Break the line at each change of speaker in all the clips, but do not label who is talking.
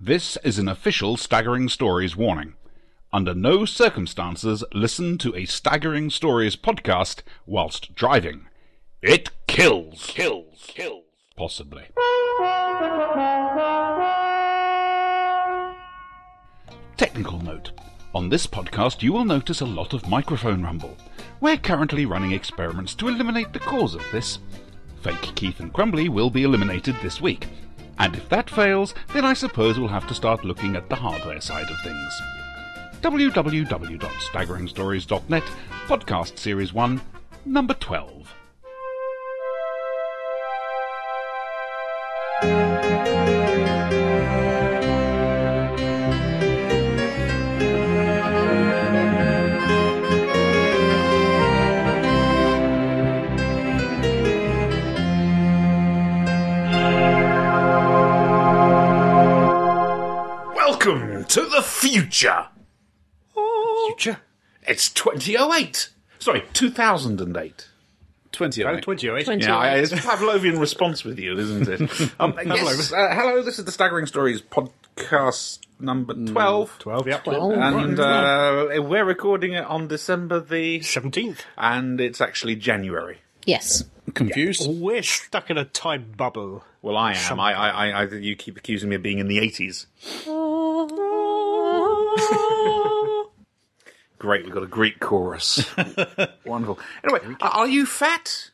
This is an official Staggering Stories warning. Under no circumstances listen to a Staggering Stories podcast whilst driving. It kills. Kills. Kills. Possibly. Technical note. On this podcast, you will notice a lot of microphone rumble. We're currently running experiments to eliminate the cause of this. Fake Keith and Crumbly will be eliminated this week. And if that fails, then I suppose we'll have to start looking at the hardware side of things. www.staggeringstories.net, Podcast Series 1, Number 12.
Welcome to the future.
Future?
It's 2008. Sorry, 2008.
2008. 2008.
Yeah, I- it's Pavlovian response with you, isn't it? Um, yes, uh, hello, this is the Staggering Stories podcast number 12.
12, yep.
And uh, we're recording it on December the.
17th.
And it's actually January.
Yes.
Confused?
Oh, We're stuck in a time bubble.
Well, I am. I, I, I, I, you keep accusing me of being in the 80s. Great, we've got a Greek chorus. Wonderful. Anyway, are are you fat?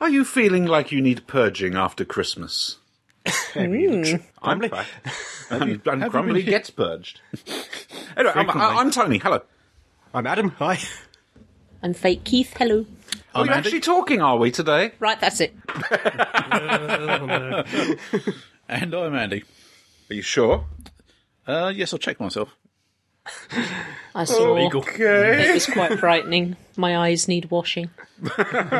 Are you feeling like you need purging after Christmas? Hmm. I'm fat. and and Crumbly
been-
gets purged. anyway, I'm, I- I'm Tony. Hello.
I'm Adam. Hi.
I'm fake Keith. Hello.
Are we actually talking, are we, today?
Right, that's it.
And I'm Andy.
Are you sure?
Uh, yes, I'll check myself.
I
Oh,
saw.
Okay.
It was quite frightening. My eyes need washing.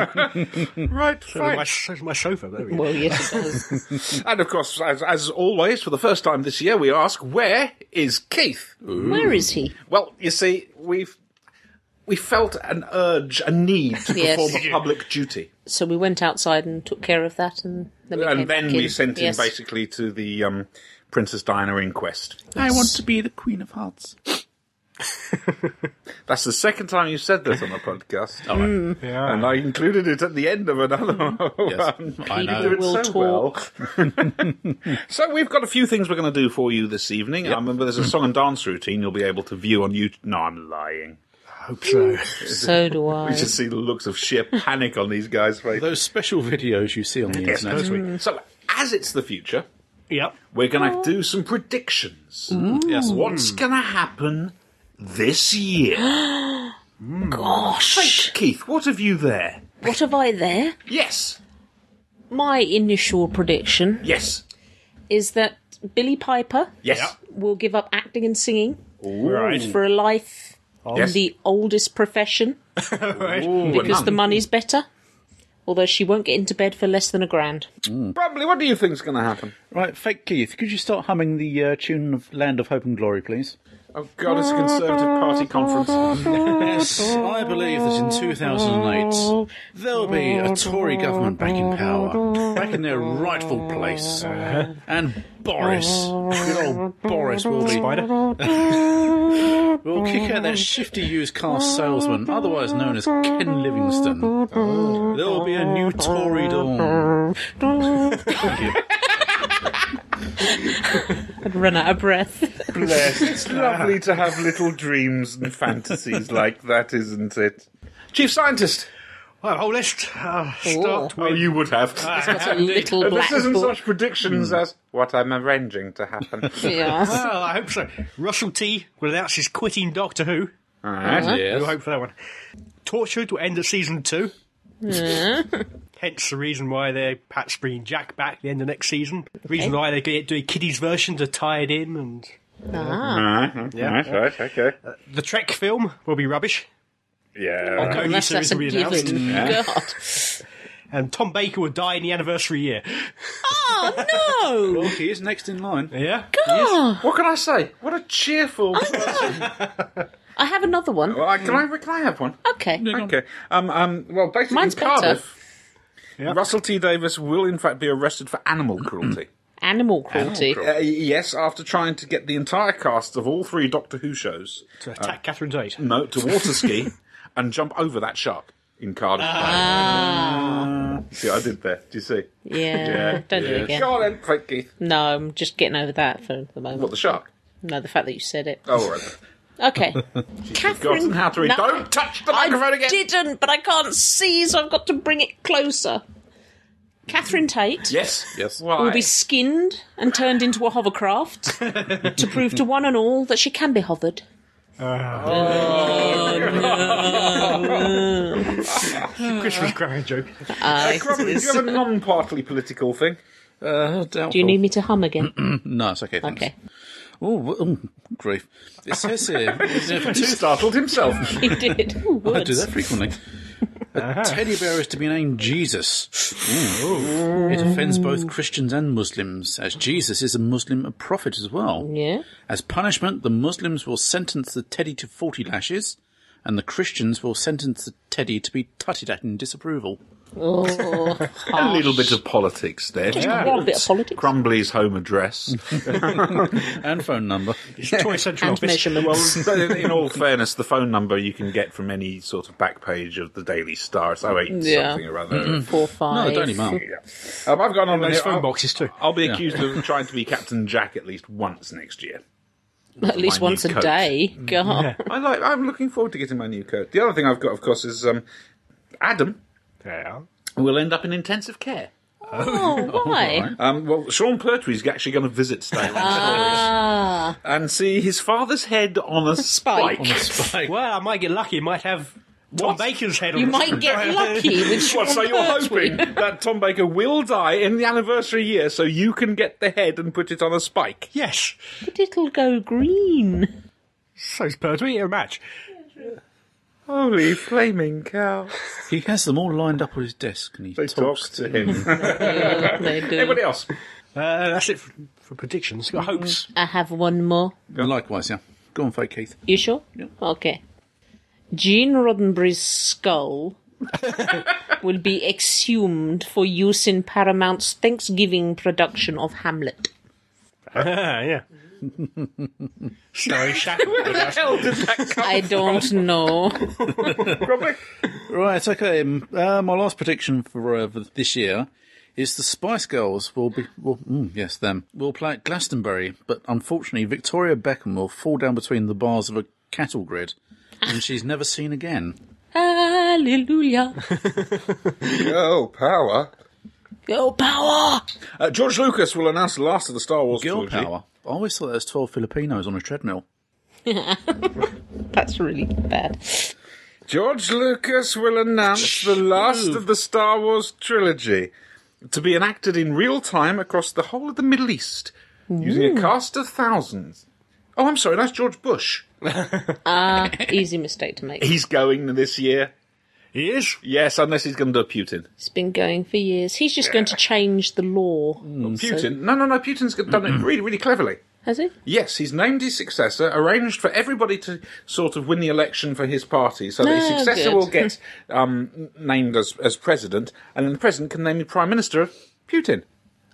right,
My,
fine.
s- my sofa. There we go.
Well, yes, it does.
And of course, as, as always, for the first time this year, we ask, where is Keith?
Where is he?
Well, you see, we've we felt an urge, a need to
Yes.
perform a public duty,
So we went outside and took care of that, and then we came
and then
back
we
in.
sent him
Yes.
basically to the um, Princess Diana inquest.
I want to be the Queen of Hearts.
That's the second time you said this on the podcast,
Mm.
Yeah.
and I included it at the end of another one.
Yes, I
Peter
know.
You do it
will
so
talk.
well. so we've got a few things we're going to do for you this evening. I remember there's a song and dance routine you'll be able to view on YouTube. No, I'm lying.
I hope so.
So do
You
I.
should see the looks of sheer panic on these guys' faces.
Those special videos you see on the internet.
So, as it's the future,
yep.
we're going to do some predictions.
Yes.
What's going to happen this year?
Gosh.
Keith, what have you there?
What have I there?
Yes,
My initial prediction
yes,
is that Billy Piper
yes.
will give up acting and singing
Right.
for a life
Yes.
in the oldest profession
Ooh,
because
and
the money's better. Although she won't get into bed for less than a grand.
Probably, what do you think's going to happen?
Right, fake Keith, could you start humming the uh, tune of Land of Hope and Glory, please?
Oh, God, it's a Conservative Party conference.
Yes, I believe that in 2008 there'll be a Tory government back in power, back in their rightful place, and Boris, good old Boris, will be
Spider.
We'll kick out that shifty used car salesman, otherwise known as Ken Livingstone.
Oh.
There will be a new Tory dawn.
I'd run out of breath.
Bless. It's lovely to have little dreams and fantasies like that, isn't it? Chief Scientist!
Well, whole list. Uh, start
Oh, you would have.
Got a little black
this isn't
book.
such predictions as what I'm arranging to happen.
Yeah.
Well, I hope so. Russell T will announce his quitting Doctor Who. We'll
Yes.
hope for that one. Torchwood will end at season two. Hence the reason why they're perhaps bringing Jack back at the end of next season. Reason why they get do a kiddies version to tie it in, and
Right, right, okay.
the Trek film will be rubbish.
Yeah.
Only
Unless
series
that's a
will be announced.
given. God.
And Tom Baker will die in the anniversary year.
Oh,
Well, he is next in line.
Yeah.
no!
What can I say? What a cheerful.
I have another one.
Well, I, can, I, can I have one?
Okay.
Okay. Um, um, well, basically,
Mine's
in Cardiff, Russell T. Davis will in fact be arrested for animal cruelty.
Animal cruelty.
Uh, yes, after trying to get the entire cast of all three Doctor Who shows
to attack Catherine Tate.
no, to water ski and jump over that shark in Cardiff. See what I did there? Do you see?
Ah. Yeah.
Yeah,
Don't do
yeah.
it again.
Go on then, Frank Keith.
No, I'm just getting over that for the moment.
What, the shark?
No, the fact that you said it.
Oh, all right.
Okay.
Forgotten
Catherine.
how to read.
No,
Don't touch the microphone
I
again.
didn't, but I can't see, so I've got to bring it closer. Catherine Tate
Yes, yes. Why?
will be skinned and turned into a hovercraft to prove to one and all that she can be hovered.
Christmas cracker joke.
Uh,
Robin, do you have a non-partly political thing?
Uh, doubtful.
do you need me to hum again?
No, it's okay. Thanks.
Okay.
Oh, grief! It says here he's been here for
He
two
startled himself.
He did. Ooh,
I do
words.
that frequently.
Uh-huh.
A teddy bear is to be named Jesus. Ooh. It offends both Christians and Muslims, as Jesus is a Muslim prophet as well.
Yeah.
As punishment, the Muslims will sentence the teddy to 40 lashes, and the Christians will sentence the teddy to be tutted at in disapproval.
Oh,
a little bit of politics there. Just
one bit of politics.
Crumbly's home address.
And phone number.
It's Toy Central
and
Office.
measurements.
well, in in all fairness, the phone number you can get from any sort of back page of the Daily Star. It's 08
Yeah. Mm-hmm.
something or other.
Four, five.
No, Oh, don't email.
Yeah. Um, I've gone on
Those
here.
phone
I'll-
boxes too.
I'll be accused of trying to be Captain Jack at least once next year.
At least
My new
once a
coat.
day. God.
I like. I'm looking forward to getting my new coat. The other thing I've got, of course, is um, Adam
Yeah.
will end up in intensive care.
Oh, why?
Alright.
Um, well, Sean Pertwee's actually going to visit Staley
Ah,
and see his father's head on a
Spike.
spike.
On the spike.
Well, I might get lucky. Might have Tom Baker's head on
you
it.
might get lucky with Sean
What, so you're
Pertwee.
hoping that Tom Baker will die in the anniversary year so you can get the head and put it on a spike?
Yes.
But it'll go green.
So's Pertwee in a match.
Holy flaming cow.
He has them all lined up on his desk, and he
They talk
talks,
to him.
They do.
Anybody else?
Uh, that's it for, for predictions. Got hopes.
I have one more.
Likewise, yeah. Go on, fake Keith.
You sure? Okay. Gene Roddenberry's skull will be exhumed for use in Paramount's Thanksgiving production of Hamlet.
Ah, yeah. Sorry, Shackle.
Where the hell did that come
I don't know.
from?
Right, okay. Um, uh, my last prediction for uh, for this year is the Spice Girls will be, will, mm, yes, them, will play at Glastonbury, but unfortunately Victoria Beckham will fall down between the bars of a cattle grid, and she's never seen again.
Hallelujah.
Oh, power.
Go power.
Uh, George Lucas will announce the last of the Star Wars
Girl
trilogy.
power. I always thought that was 12 Filipinos on a treadmill.
That's really bad.
George Lucas will announce the last of the Star Wars trilogy to be enacted in real time across the whole of the Middle East using a cast of thousands. Oh, I'm sorry, that's George Bush.
Ah, Easy mistake to make.
He's going this year.
he is.
Yes, unless he's going to do Putin.
It's been going for years. He's just going to change the law.
Putin? no, no, no. Putin's done it really, really cleverly.
Has he?
Yes, he's named his successor, arranged for everybody to sort of win the election for his party, so that his
Oh,
successor
good.
will get um, n- named as, as president, and then the president can name the prime minister of Putin.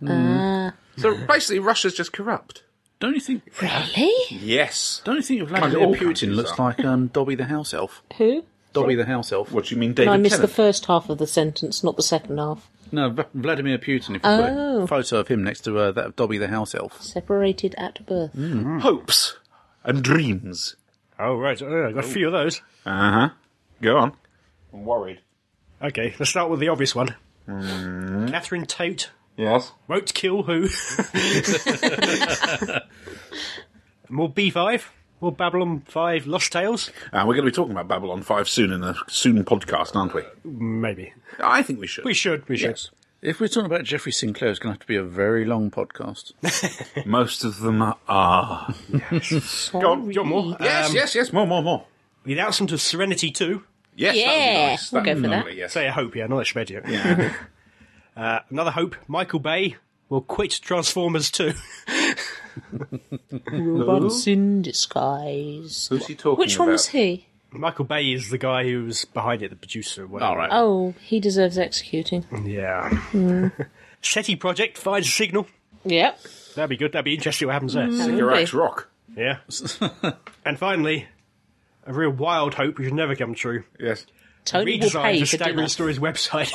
Ah.
So basically, Russia's just corrupt.
Don't you think?
Really?
Yes.
Don't you think
Kind
Vladimir
of all
Putin
countries
looks
are.
like um, Dobby the house elf?
Who?
Dobby the house elf.
What do you mean, David
I missed the
Tennant?
first half of the sentence, not the second half.
No, V- Vladimir Putin. If you put
Oh.
a photo of him next to uh, that of Dobby the house elf.
Separated at birth.
Hopes and dreams.
Oh, right. Oh, I got a few of those.
Uh huh. Go on. I'm worried.
Okay, let's start with the obvious one.
Mm-hmm.
Catherine Tate
Yes.
won't kill who? More B5. More Babylon 5 Lost Tales.
And Uh, we're going to be talking about Babylon 5 soon in a soon podcast, aren't we?
Maybe.
I think we should.
We should. We should.
Yes.
If we're talking about Jeffrey Sinclair, it's going to have to be a very long podcast.
Most of them are. Ah. Go on.
John Moore.
Yes,
Um,
yes, yes. More, more, more.
The announcement of Serenity 2.
Yes,
Yeah,
that would be nice.
we'll go for that.
lovely, Yes.
Say a hope, yeah, not a spread yeah. uh, another hope, Michael Bay will quit Transformers 2.
Robots in disguise.
Who's he talking
Which one was
about?
he?
Michael Bay is the guy who was behind it, the producer.
All right.
Mm.
Oh, he deserves executing.
Yeah. SETI project finds a signal.
Yep.
That'd be good. That'd be interesting what happens there.
Cigarettes
Okay.
rock.
Yeah. and finally, a real wild hope which has never come true.
Yes.
Tony will
Redesign
pay
the
for
Staggering
dinner.
Stories website.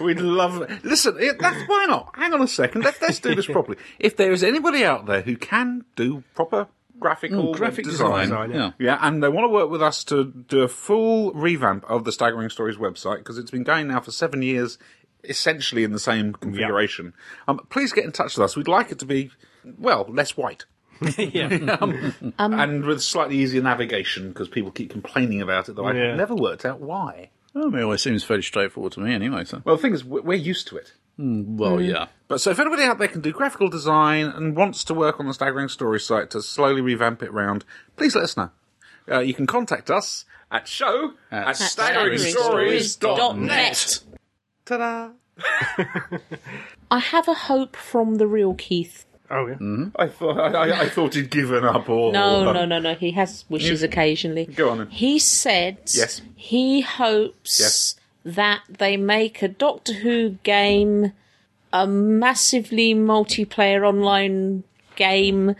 We'd love. Listen, it, that, why not? Hang on a second. Let, let's do this properly. If there is anybody out there who can do proper
Mm,
graphical
graphic
design,
design, yeah.
yeah, and they want to work with us to do a full revamp of the Staggering Stories website because it's been going now for seven years, essentially in the same configuration. Um, please get in touch with us. We'd like it to be well less white.
yeah.
Um,
and with slightly easier navigation because people keep complaining about it, though I've
Yeah.
never worked out why.
I mean, well, it seems fairly straightforward to me anyway. So,
Well, the thing is, we- we're used to it.
well,
Hmm.
yeah.
But so if anybody out there can do graphical design and wants to work on the Staggering Story site to slowly revamp it round, please let us know. Uh, you can contact us at show at, staggeringstories.net. Ta-da!
I have a hope from the real Keith.
Oh, yeah.
I thought, I, I, I thought he'd given up all.
No, no, no, no. He has wishes occasionally.
Oh, um, Go on then.
He said
Yes.
he hopes
Yes.
that they make a Doctor Who game a massively multiplayer online game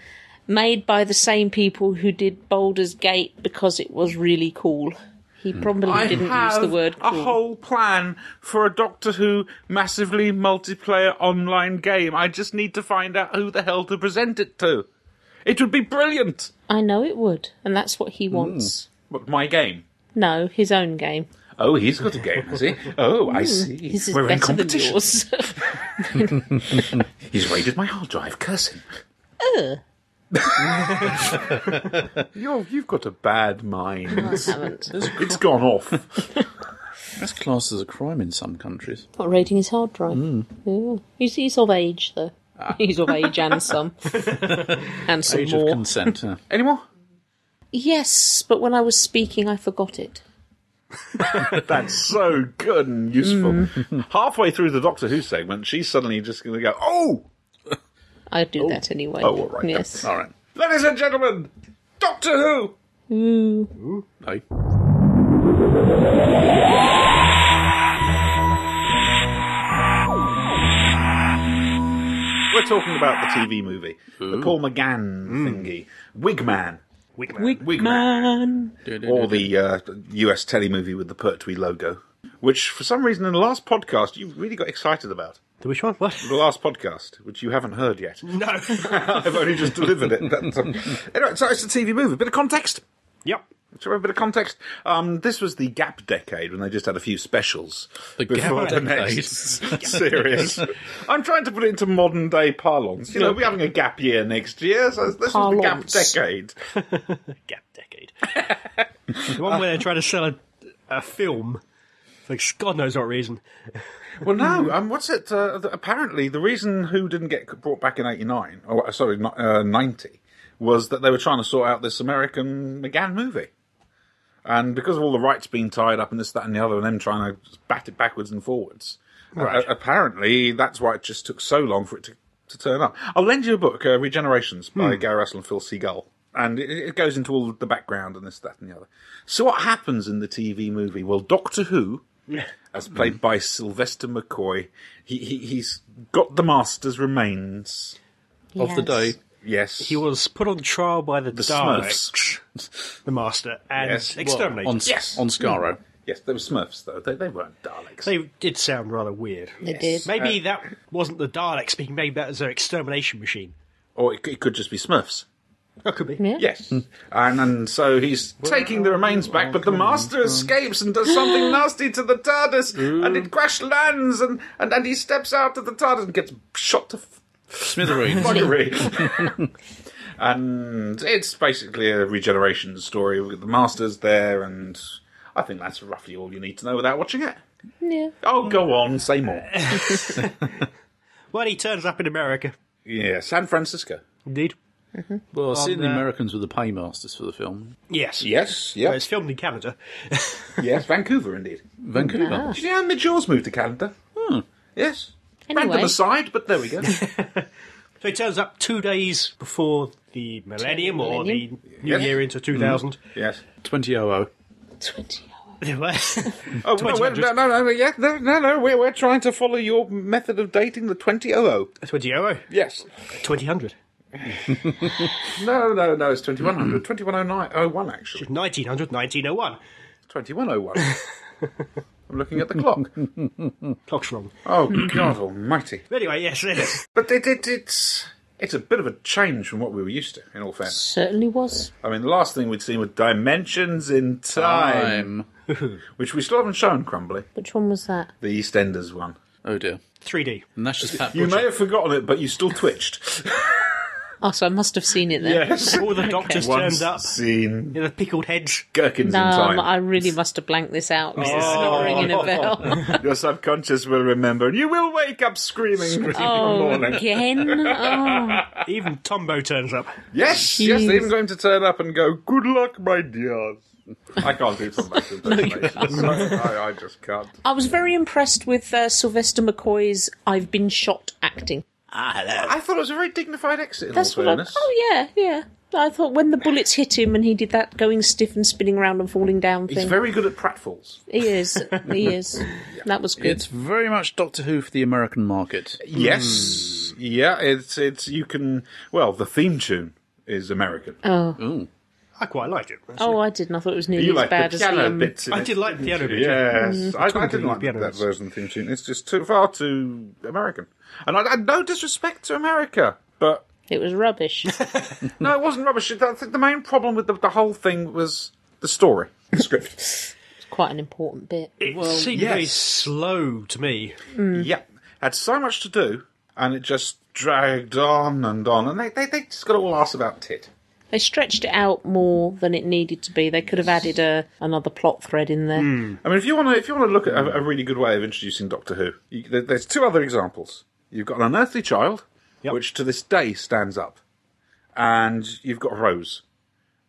made by the same people who did Baldur's Gate because it was really cool. He probably
Hmm. I
didn't use
have
the word
a
cool.
whole plan for a Doctor Who massively multiplayer online game. I just need to find out who the hell to present it to. It would be brilliant.
I know it would, and that's what
Hmm.
he wants.
But my game.
No, his own game.
Oh, he's got a game, has he? Oh, I see.
Mm, His is
We're in
better than
competition.
yours.
He's raided my hard drive. Curse him. You're, you've got a bad mind.
I haven't.
It's gone off.
That's classed as a crime in some countries.
Not raiding his hard drive.
Hmm.
Yeah. He's, he's of age, though.
Ah.
He's of age and some. and some
Age
more.
of consent. yeah.
Any more?
yes, but when I was speaking, I forgot it.
That's so good and useful.
Mm.
Halfway through the Doctor Who segment, she's suddenly just going to go, "Oh,
I do that anyway.
Oh, all right, yeah.
Yes.
All right.
ladies and gentlemen, Doctor Who."
No.
We're talking about the TV movie, the Paul McGann thingy, Wigman,
Wigman.
Man.
or the uh, US telly movie with the Pertwee logo, which for some reason in the last podcast you really got excited about.
Which one? What?
The last podcast, which you haven't heard yet.
No.
I've only just delivered it. That's, um, anyway, so it's a TV movie. Bit of context.
yep.
So a bit of context. Um, this was the gap decade when they just had a few specials
The
before
gap
the next series. I'm trying to put it into modern day parlance. You know, we're having a gap year next year, so this
Parlance.
was the gap decade.
Gap decade. the one where they're trying to sell a, a film for God knows what reason.
Well, no. Um, what's it? Uh, th- apparently, the reason Who didn't get c- brought back in '89, or uh, sorry, not, uh, '90, was that they were trying to sort out this American McGann movie, and because of all the rights being tied up and this, that, and the other, and them trying to bat it backwards and forwards. uh,
Right.
uh, apparently, that's why it just took so long for it to, to turn up. I'll lend you a book, uh, Regenerations, by Gary Russell and Phil Seagull. And it, it goes into all the background and this, that, and the other. So, what happens in the TV movie? Well, Doctor Who as played
Mm-hmm.
by Sylvester McCoy. He, he he's got the master's remains.
Of the day.
Yes.
Yes,
He was put on trial by the,
Smurfs.
Daleks, the Master, and
Yes. Well,
exterminated.
On,
Yes.
on Scaro.
Yes, they were Smurfs though. They they weren't Daleks.
They did sound rather weird.
They did.
Maybe that wasn't the Daleks speaking. Maybe that was their extermination machine.
or it, c- it could just be Smurfs.
That could be. Hmm.
Yes, and and so he's taking the remains back, but the master escapes and does something nasty to the TARDIS, and it crash lands, and, and and he steps out of the TARDIS and gets shot to f-
Smithereens.
buggery. and it's basically a regeneration story with the masters there, and I think that's roughly all you need to know without watching it.
Yeah.
Oh, go on, say more.
Well, he turns up in America.
yeah, San Francisco.
Indeed.
well, I've seen the
uh,
Americans with the paymasters for the film.
Yes.
Yes,
But
yes,
It's filmed in Canada.
yes, Vancouver indeed.
Vancouver. Hmm.
Did you know how many Jaws moved to Canada? Yes.
Anyway.
Random aside, but there we go.
So he turns up two days before the millennium, or the
Millennium.
new
Yeah.
year into 2000.
yes.
2000.
20 hours.
Oh, no,
Twenty
we're-
hundred.
no, no, no, yeah, no, no, no, we're, we're trying to follow your method of dating, the 2000.
20 euro.
Yes.
2000.
No, no, no, it's 2100. 2109, 01, actually.
1900, 1901.
2101. I'm looking at the clock.
Clock's wrong.
Oh, God almighty.
But anyway, yes, it is.
But it, it, it's, it's a bit of a change from what we were used to, in all fairness.
Certainly was.
I mean, the last thing we'd seen was Dimensions in Time, which we still haven't shown, Crumbly.
Which one was that?
The EastEnders one.
Oh dear.
3D.
And that's just Pat
You
Butcher.
may have forgotten it, but you still twitched.
Oh, so I must have seen it then.
yes.
All the doctors
Once
turned up
seen
in the pickled heads.
gherkins in
Um,
time. Oh.
I really must have blanked this out. This is not ringing a bell.
Your subconscious will remember, and you will wake up screaming.
Oh, again? Oh,
Even Tombo turns up.
yes, yes, they're even going to turn up and go, Good luck, my dears. I can't do some backwards impersonations. I, I just can't.
I was very impressed with uh, Sylvester McCoy's "I've been shot" acting.
I thought it was a very dignified exit, in
That's
all
what I.
fairness.
Oh yeah, yeah. I thought when the bullets hit him and he did that going stiff and spinning around and falling down
He's
thing.
very good at pratfalls.
he is. He is. That was good.
It's very much Doctor Who for the American market.
Yes. Hmm. Yeah, it's it's you can well, the theme tune is American.
I quite liked it.
oh, I didn't. I thought it was nearly
you
as
like
bad
the
as Mm-hmm. the.
piano
Um,
bits in
I
it,
did like the piano
didn't
bit,
you?
yeah.
Yes. I, I
Couldn't
didn't like
do the piano
that
bits.
version of the theme tune. It's just too far too American. And I, I no disrespect to America, but
it was rubbish.
no, it wasn't rubbish. I think the main problem with the, the whole thing was the story, the script.
Quite an important bit.
It seemed very
yes.
slow to me.
Mm. yeah, had so much to do, and it just dragged on and on. And they they, they just got all asked about tit.
They stretched it out more than it needed to be. They could have added a another plot thread in there.
I mean, if you want to, if you want to look at a, a really good way of introducing Doctor Who, you, there, there's two other examples. You've got an unearthly child, which to this day stands up, and you've got Rose,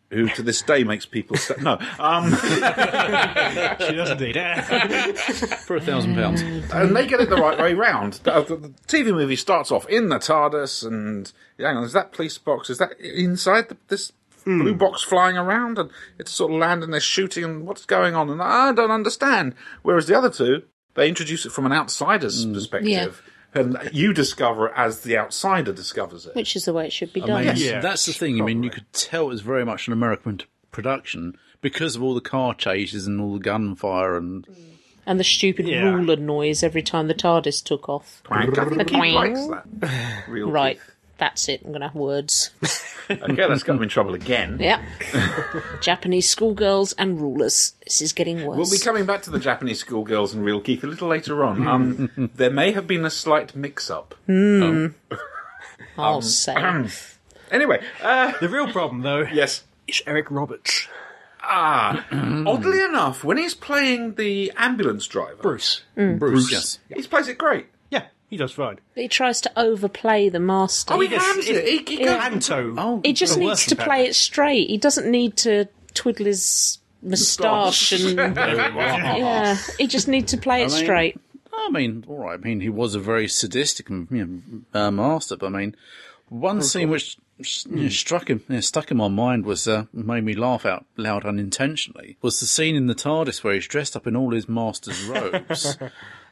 who to this day makes people sta- no. Um,
She does indeed. Eh.
For a thousand pounds.
and they get it the right way round. The, the- the TV movie starts off in the TARDIS, and hang on, is that police box? Is that inside the, this blue box flying around? And it's sort of landing, they're shooting, and what's going on? And I don't understand. Whereas the other two, they introduce it from an outsider's perspective, and you discover it as the outsider discovers it.
Which is the way it should be
I
done.
mean,
Yeah.
that's the thing. I mean, you could tell it was very much an American production because of all the car chases and all the gunfire and
And the stupid
Yeah.
ruler noise every time the TARDIS took off.
Wank. I think Keith
Wank.
likes that. Real
Right,
Keith.
that's it. I'm going to have words.
Okay, that's got him in trouble again.
Yeah. Japanese schoolgirls and rulers. This is getting worse.
We'll be coming back to the Japanese schoolgirls and real Keith a little later on. Um, there may have been a slight mix-up.
I'll
um,
say.
Hmm. Anyway, uh,
the real problem, though,
yes.
is Eric Roberts.
Oddly enough, when he's playing the ambulance driver,
Bruce.
Bruce. Yes.
he plays it great.
Yeah, he does fine.
But he tries to overplay the master.
Oh, he
does-
hams it. He, he goes-
Anto.
he just
the
needs
worst
to
in
play it straight. He doesn't need to twiddle his moustache and. yeah, he just needs to play it
mean-
straight.
I mean, all right. I mean, he was a very sadistic you know, uh, master, but I mean, one scene which you know, struck him, you know, stuck in my mind was uh, made me laugh out loud unintentionally. Was the scene in the TARDIS where he's dressed up in all his master's robes.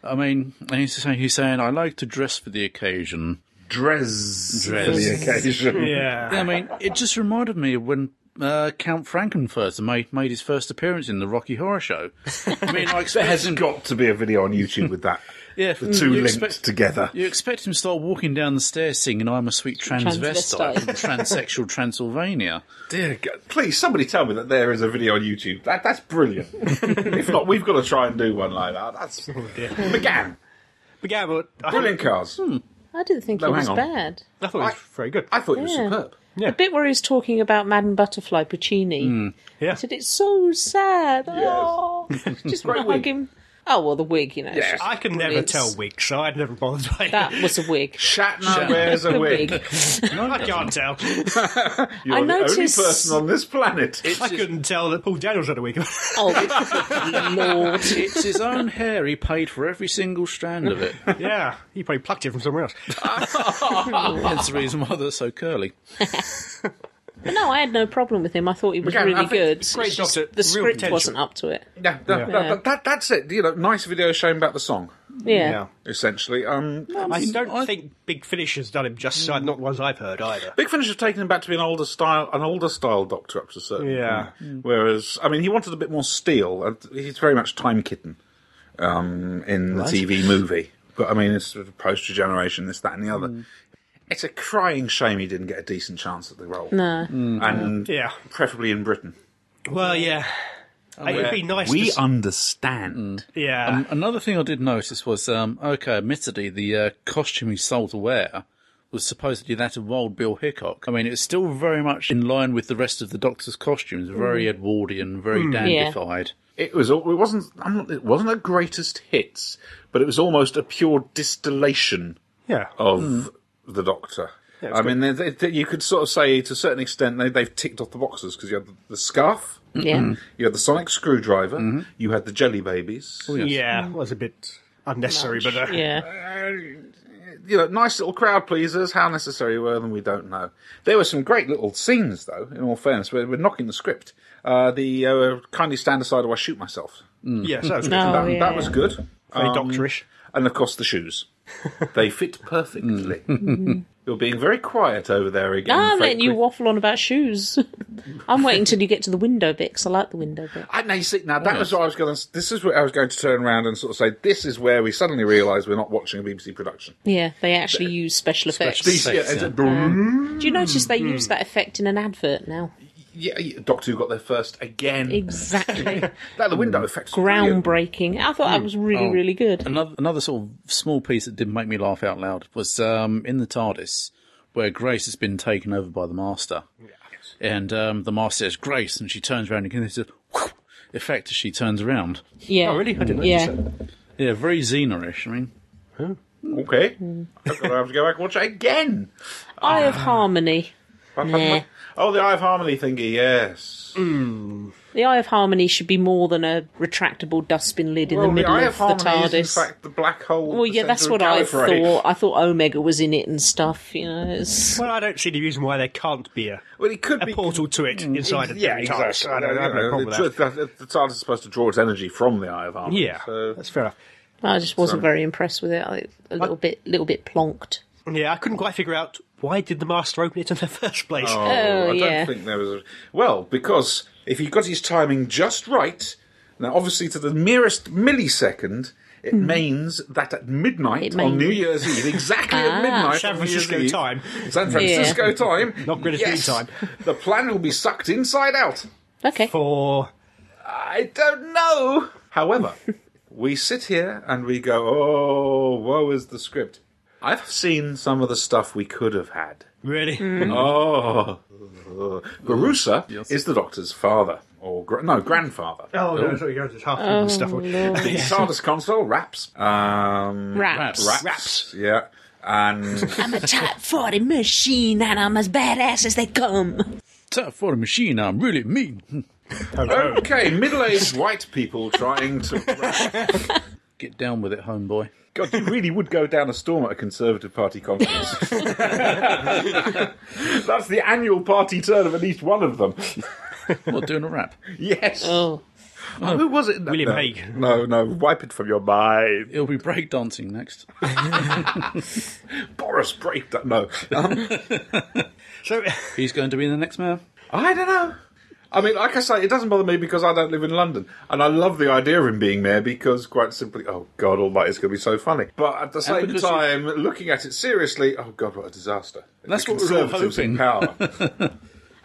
I mean, and he's saying, he's saying, "I like to dress for the occasion."
Drez for the occasion.
Yeah.
I mean, it just reminded me of when uh, Count Frankenfurter made, made his first appearance in the Rocky Horror Show. I mean, I
There
expect
has
him,
got to be a video on YouTube with that.
yeah,
The two
you
linked
expect-
together.
You expect him to start walking down the stairs singing "I'm a sweet transvestite,
Transvestite.
from transsexual Transylvania."
Dear God. Please, somebody tell me that there is a video on YouTube. That, that's brilliant. if not, we've got to try and do one like that. That's McGann.
But yeah, but I, thought-
Brilliant cars.
I didn't think
No,
it was
hang on.
bad.
I thought it was very good.
I thought it was
Yeah.
superb.
The bit where he was talking about Madame Butterfly Puccini.
Yeah.
He said, It's so sad. Oh, just want to hug him. Oh, well, the wig, you know. it's just
I can never
brilliant.
tell wigs, so I'd never bothered by it.
That was a wig.
Shatner, wears a
A
wig.
wig.
I can't tell.
You're
I
the
noticed-
only person on this planet.
I couldn't tell that Paul Daniels had a wig.
Oh, Lord.
It's his own hair; he paid for every single strand of it.
yeah, he probably plucked it from somewhere else.
That's the reason why they're so curly.
But no, I had no problem with him. I thought he was
Again, I
really
think
good.
it's great
It's just
doctor,
the
real
script
potential.
wasn't up to it.
Yeah, that, that-
Yeah.
that- that's it. You know, nice video showing about the song,
Yeah.
Yeah.
essentially. Um,
I don't think Big Finish has done him justice. Not the ones I've heard either.
Big Finish have taken him back to be an older style, an older style Doctor up to a certain.
Yeah.
point. Whereas, I mean, he wanted a bit more steel, and he's very much Time Kitten um, in the TV movie. But I mean, it's sort of post regeneration, this, that, and the other.
Mm.
It's a crying shame he didn't get a decent chance at the role,
No.
and
Yeah.
preferably in Britain.
Well, yeah.
Oh,
It'd be nice. to,
We
s-
understand.
yeah.
Um, another thing I did notice was, um, okay, admittedly, the uh, costume he sold to wear was supposedly that of Wild Bill Hickok. I mean, it's still very much in line with the rest of the Doctor's costumes, very Edwardian, very
Mm.
Mm.
Yeah.
dandified.
It was. al- It wasn't. I'm not, it wasn't the greatest hits, but it was almost a pure distillation
yeah.
of the Doctor. I mean, they, they, you could sort of say to a certain extent they, they've ticked off the boxes because you had the, the scarf,
Yeah.
you had the sonic screwdriver, you had the jelly babies.
Yeah.
Mm.
was a bit unnecessary, but uh,
Yeah.
You know, nice little crowd pleasers. How necessary were them, we don't know. There were some great little scenes, though, in all fairness. We're, we're knocking the script. Uh, the uh, kindly stand aside or I shoot myself. Um,
yeah, so that was good.
No,
that,
Oh, yeah.
that was good.
Very
Um,
doctorish.
And of course, the shoes. they fit
Mm.
perfectly.
Mm-hmm.
You're being very quiet over there again.
Ah, I'm
Fake
letting you
Creek.
waffle on about shoes. I'm waiting till you get to the window bit 'cause I like the window bit.
I, Ah, now, you see, now
Oh.
that was what I was going to. This is where I was going to turn around and sort of say, this is where we suddenly realise we're not watching a BBC production.
Yeah, they actually use special effects.
effects.
Yeah,
Effects,
it's a-
Mm-hmm.
Do you notice they use that effect in an advert now?
yeah, yeah, Doctor Who got there first again.
Exactly.
that the window effects.
Groundbreaking. I thought that was really, really good.
Another, another sort of small piece that did make me laugh out loud was um, in the TARDIS, where Grace has been taken over by the Master. And um, the Master says, Grace, and she turns around and gives a whoop effect as she turns around.
Yeah.
Oh, really? I didn't
Yeah.
notice that.
Yeah, very Xena-ish. I mean,
Okay,
Mm.
I'm going to have to go back and watch it again.
Eye of Harmony. Nah.
Oh, the Eye of Harmony thingy. Yes.
Mm. The Eye of Harmony should be more than a retractable dustbin lid in
well,
the middle
Eye
of,
of Harmony
the
is in
TARDIS.
fact the black hole.
well,
at the
yeah, that's
centre of
what I
Gallifrey.
thought. I thought Omega was in it and stuff. You know, it's,
Well, I don't see the reason why there can't be a,
Well, it could
a
be
portal to it
Mm.
inside of
Yeah,
the TARDIS.
exactly.
I don't I have no
You know,
problem with
the,
that.
the- the TARDIS is supposed to draw its energy from the Eye of Harmony.
Yeah,
so-
that's fair enough.
I just wasn't very impressed with it. I, a little bit, little bit plonked.
Yeah, I couldn't quite figure out why did the master open it in the first place.
I
Oh,
don't
yeah.
think there was. A... Well, because if he got his timing just right, now obviously to the merest millisecond, it means that at midnight
may-
on New Year's Eve, exactly at midnight,
San
on New Year's
Francisco
Eve,
time.
San Francisco time,
Not Greenwich Mean
yes,
Time.
The planet will be sucked inside out.
Okay.
For
I don't know. However, we sit here and we go, "Oh, woe is the script." I've seen some of the stuff we could have had.
really,
Oh, Garusa is the Doctor's father, or gra- no, grandfather.
oh no, sorry, you half and stuff.
The TARDIS console raps, um,
Raps.
Raps.
Raps.
yeah, and
I'm a Type 40 machine and I'm as badass as they come.
Tap for a machine, I'm really mean.
okay, middle-aged white people trying to. Rap.
Get down with it, homeboy.
God, you really would go down a storm at a Conservative Party conference. That's the annual party turn of at least one of them.
What, doing a rap?
Yes.
Oh.
Who was it?
William
no,
Hague.
No, no, wipe it from your mind.
It'll be breakdancing next.
Boris break that. No. Um,
So
He's going to be the next mayor.
I don't know. I mean, like I say, it doesn't bother me because I don't live in London, and I love the idea of him being there because, quite simply, oh God Almighty, it's going to be so funny. But at the same
because
time, looking at it seriously, oh God, what a disaster! If
That's
the
what we were all
Conservatives in Power.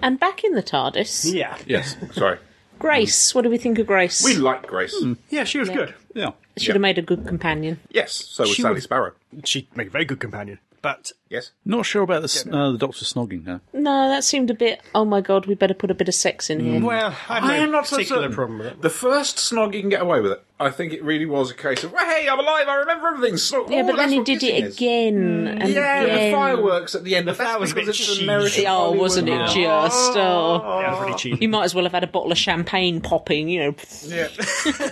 And back in the TARDIS.
yeah,
Yes.
Sorry,
Grace. What do we think of Grace?
we like Grace.
yeah, she was good.
Yeah.
Should have made a good companion.
Yes, so was
She
Sally
was-
Sparrow.
She made a very good companion. But
Yes,
Not sure about the, s uh, the doctor snogging her.
No, that seemed a bit. Oh my god, we better put a bit of sex in here.
Mm.
well, I, have
I
no
am not so
particular
certain.
problem with it.
The first snog you can get away with it. I think it really was a case of, well, hey, I'm alive, I remember everything. Snog.
yeah,
oh,
but
that's
then he
what
did
kissing
it
is. Mm.
again and
Yeah,
again.
the fireworks at the end. The
That was a bit cheesy.
Yeah, Oh, wasn't it just? Oh.
That was really cheesy.
You might as well have had a bottle of champagne popping, you know.
Yeah.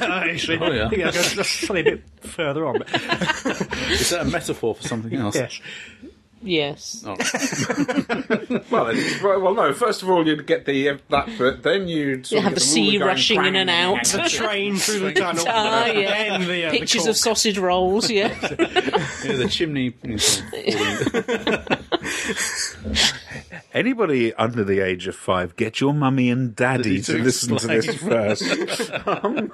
Actually,
Oh, yeah.
I think that goes that's probably a bit further on. but-
Is that a metaphor for something else?
yes.
Yes.
Well, it's- well, well, no. First of all, you'd get the uh, that bit, then you'd sort
You
of
have
get
the
them all
sea
going
rushing in
bang,
and out.
The train through the tunnel.
Ah, yeah.
Then the, uh, the
Pictures
cork.
of sausage rolls, yeah.
Yeah, the chimney.
Anybody under the age of five, get your mummy and daddy
to
to listen to this
explain.
first. Um,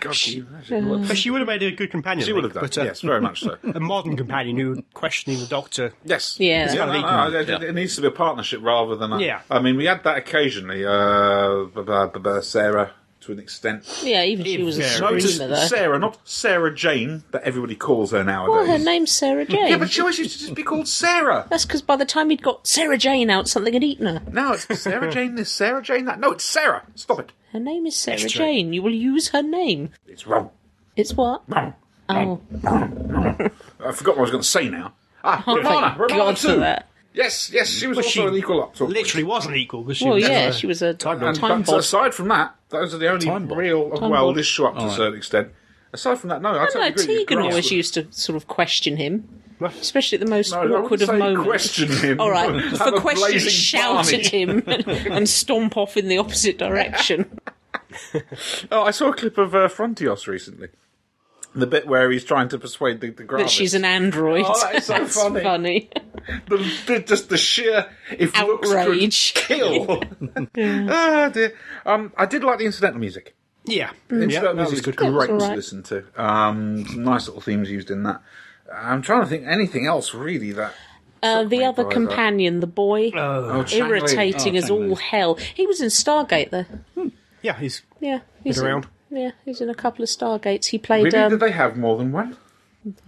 God, can you imagine what-
But she would have made a good companion.
She
I
would have
think,
done.
but, uh,
yes, very much so.
A modern companion who questioning the doctor.
Yes.
Yeah.
yeah, no, no, it,
Yeah.
it needs to be a partnership rather than a.
Yeah.
I mean, we had that occasionally, uh, b- b- b- Sarah, to an extent.
Yeah, even she was a
Yeah.
No,
screamer,
just
though.
Sarah, not Sarah Jane, that everybody calls her nowadays.
Well, her name's Sarah Jane.
Yeah, but she always used to just be called Sarah.
That's because by the time he'd got Sarah Jane out, something had eaten her.
Now it's Sarah Jane this, Sarah Jane that. No, it's Sarah. Stop it.
Her name is Sarah
true.
Jane. You will use her name.
It's wrong.
It's what? Oh,
I forgot what I was going to say now. Ah,
oh
Romana.
thank
Romana
God for
too.
that.
Yes, yes, she was
Well,
also
she
an equal up. to a point.
Literally wasn't equal because she
Well,
was
yeah,
uh,
she was a
time
time,
bomb.
And
time
but
bod.
aside from that, those are the only
Time bomb.
real. well,
bod.
this show up to a certain extent. Aside from that, no, I,
I
totally
don't know,
agree. with you.
Tegan
Grass
always
was-
used to sort of question him, especially at the most
No, I
awkward
wouldn't
of
say
moments.
question him.
All right,
Have
for
a
questions,
blazing
shout
Barney.
at him and stomp off in the opposite direction.
Oh, I saw a clip of uh, Frontios recently. The bit where he's trying to persuade the, the
that
Gravis.
she's an android.
Oh, that is so
That's
funny.
funny.
the, the, just the sheer if looks could
Outrage.
kill. Ah, dear. Um, I did like the incidental music.
yeah.
Incidental
that was
music is
good.
great
That's all
to
right.
listen to. Um, some nice little themes used in that. I'm trying to think anything else really that.
Uh, the
me
other
by that.
companion, the boy,
Oh, Chang Li.
irritating as all hell. He was in Stargate though.
Yeah, he's
Yeah, he's
Been around.
In, yeah, he's in a couple of Stargates. He played.
Oh. Really,
um,
did they have more than one?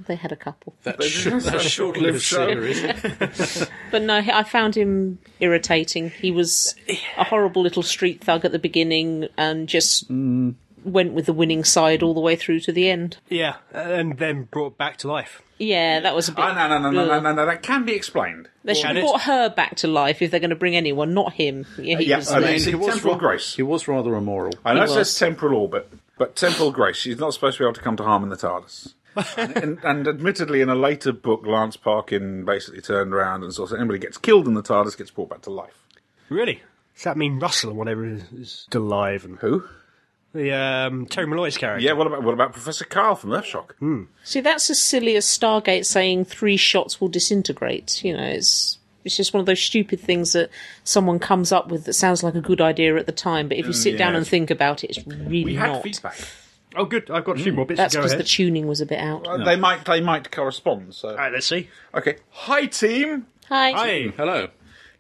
They had a couple,
that short, that short-lived
show.
series.
but no, he- I found him irritating. He was a horrible little street thug at the beginning, and just went with the winning side all the way through to the end.
yeah, and then brought back to life.
Yeah, that was a bit.
Oh, no, no, no, no, no,
Ugh.
no, no. That can be explained.
They should
And
have
it's-
brought her back to life if they're going to bring anyone, not him. Yeah, he
yeah,
was
I
there.
mean- See, temporal
ra-
grace.
He was rather immoral.
I know it
He
says
was.
temporal orbit, but temporal grace. She's not supposed to be able to come to harm in the TARDIS. and, and, and admittedly, in a later book, Lance Parkin basically turned around and sort of said, anybody gets killed in the TARDIS gets brought back to life.
Really? Does that mean Russell or whatever is, is still alive? And
Who?
the um, Terry Malloy's character.
Yeah. What about what about Professor Carl from Earthshock?
Hmm. See, that's as silly as Stargate saying three shots will disintegrate. You know, it's it's just one of those stupid things that someone comes up with that sounds like a good idea at the time, but if you sit down
Mm, yeah.
and think about it, it's really
We had
not.
feedback.
Oh, good. I've got a few more bits
That's
to go
because
ahead.
the tuning was a bit out.
Uh, They might they might correspond. So
Uh,
All right, let's see.
okay. Hi team.
Hi.
Hey,
Hello.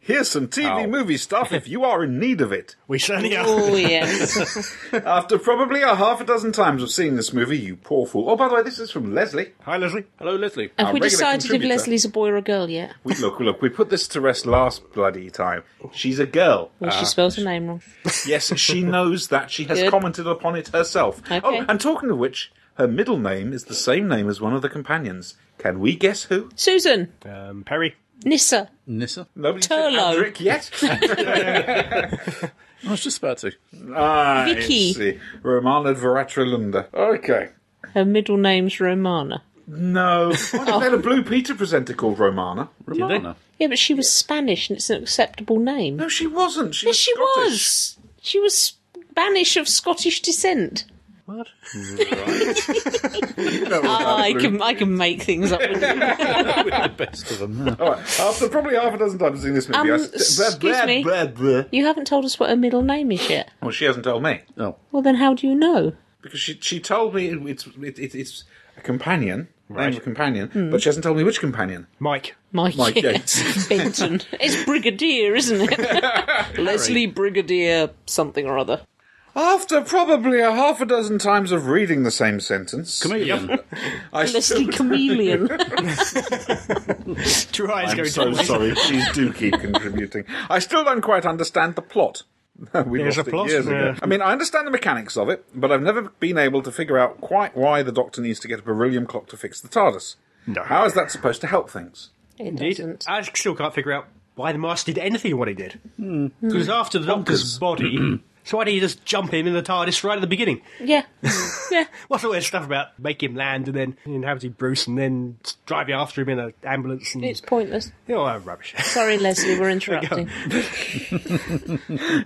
Here's some TV
Ow.
movie stuff if you are in need of it.
we certainly are.
Oh yes.
After probably a half a dozen times of seeing this movie, you poor fool. Oh, by the way, this is from Leslie.
Hi, Leslie.
Hello, Leslie.
Have we
regular
decided if
contributor.
Leslie's a boy or a girl yet?
We, look, look, we put this to rest last bloody time. She's a girl. Uh,
Or she spells her name wrong.
Yes, she knows that. She has
Good.
commented upon it herself.
Okay.
Oh, and talking of which, her middle name is the same name as one of the companions. Can we guess who?
Susan.
Um, Perry.
Nissa.
Nissa.
Nobody
Turlo.
said Adric yet.
I was just about to.
Ah, I
Vicky.
see. Romana Veratralunda. Okay.
Her middle name's Romana.
No. Why did they
Oh.
had a Blue Peter presenter called Romana?
Romana.
Yeah, but she was Spanish and it's an acceptable name.
No, she wasn't. She
yes,
was
she
Scottish.
was. She was Spanish of Scottish descent.
What?
I can I can make things up. with you.
the best of them.
All right. After probably half a dozen times of seeing this movie,
Um,
I s-
excuse me? You haven't told us what her middle name is yet.
Well, she hasn't told me.
Oh,
Well, then how do you know?
because she she told me it- it's it, it, it's a companion, name of a companion,
Hmm.
but she hasn't told me which companion.
Mike.
Mike,
Mike
yeah.
Yates.
Benton. It's Brigadier, isn't it? Leslie Brigadier something or other.
After probably a half a dozen times of reading the same sentence,
chameleon.
I
Leslie
still,
Chameleon.
Two eyes go
I'm so
down.
sorry. Please do keep contributing. I still don't quite understand the plot. we
There's
lost
a
it
plot,
years ago.
yeah.
I mean, I understand the mechanics of it, but I've never been able to figure out quite why the Doctor needs to get a beryllium clock to fix the TARDIS.
No.
How is that supposed to help things?
It
Indeed.
doesn't.
I still can't figure out why the master did anything what he did. Because after the doctor's body, So why don't you just jump him in the TARDIS right at the beginning?
Yeah. yeah.
What's all that stuff about make him land and then inhabited Bruce and then drive you after him in an ambulance and
It's pointless.
you know, rubbish.
Sorry, Leslie, we're interrupting.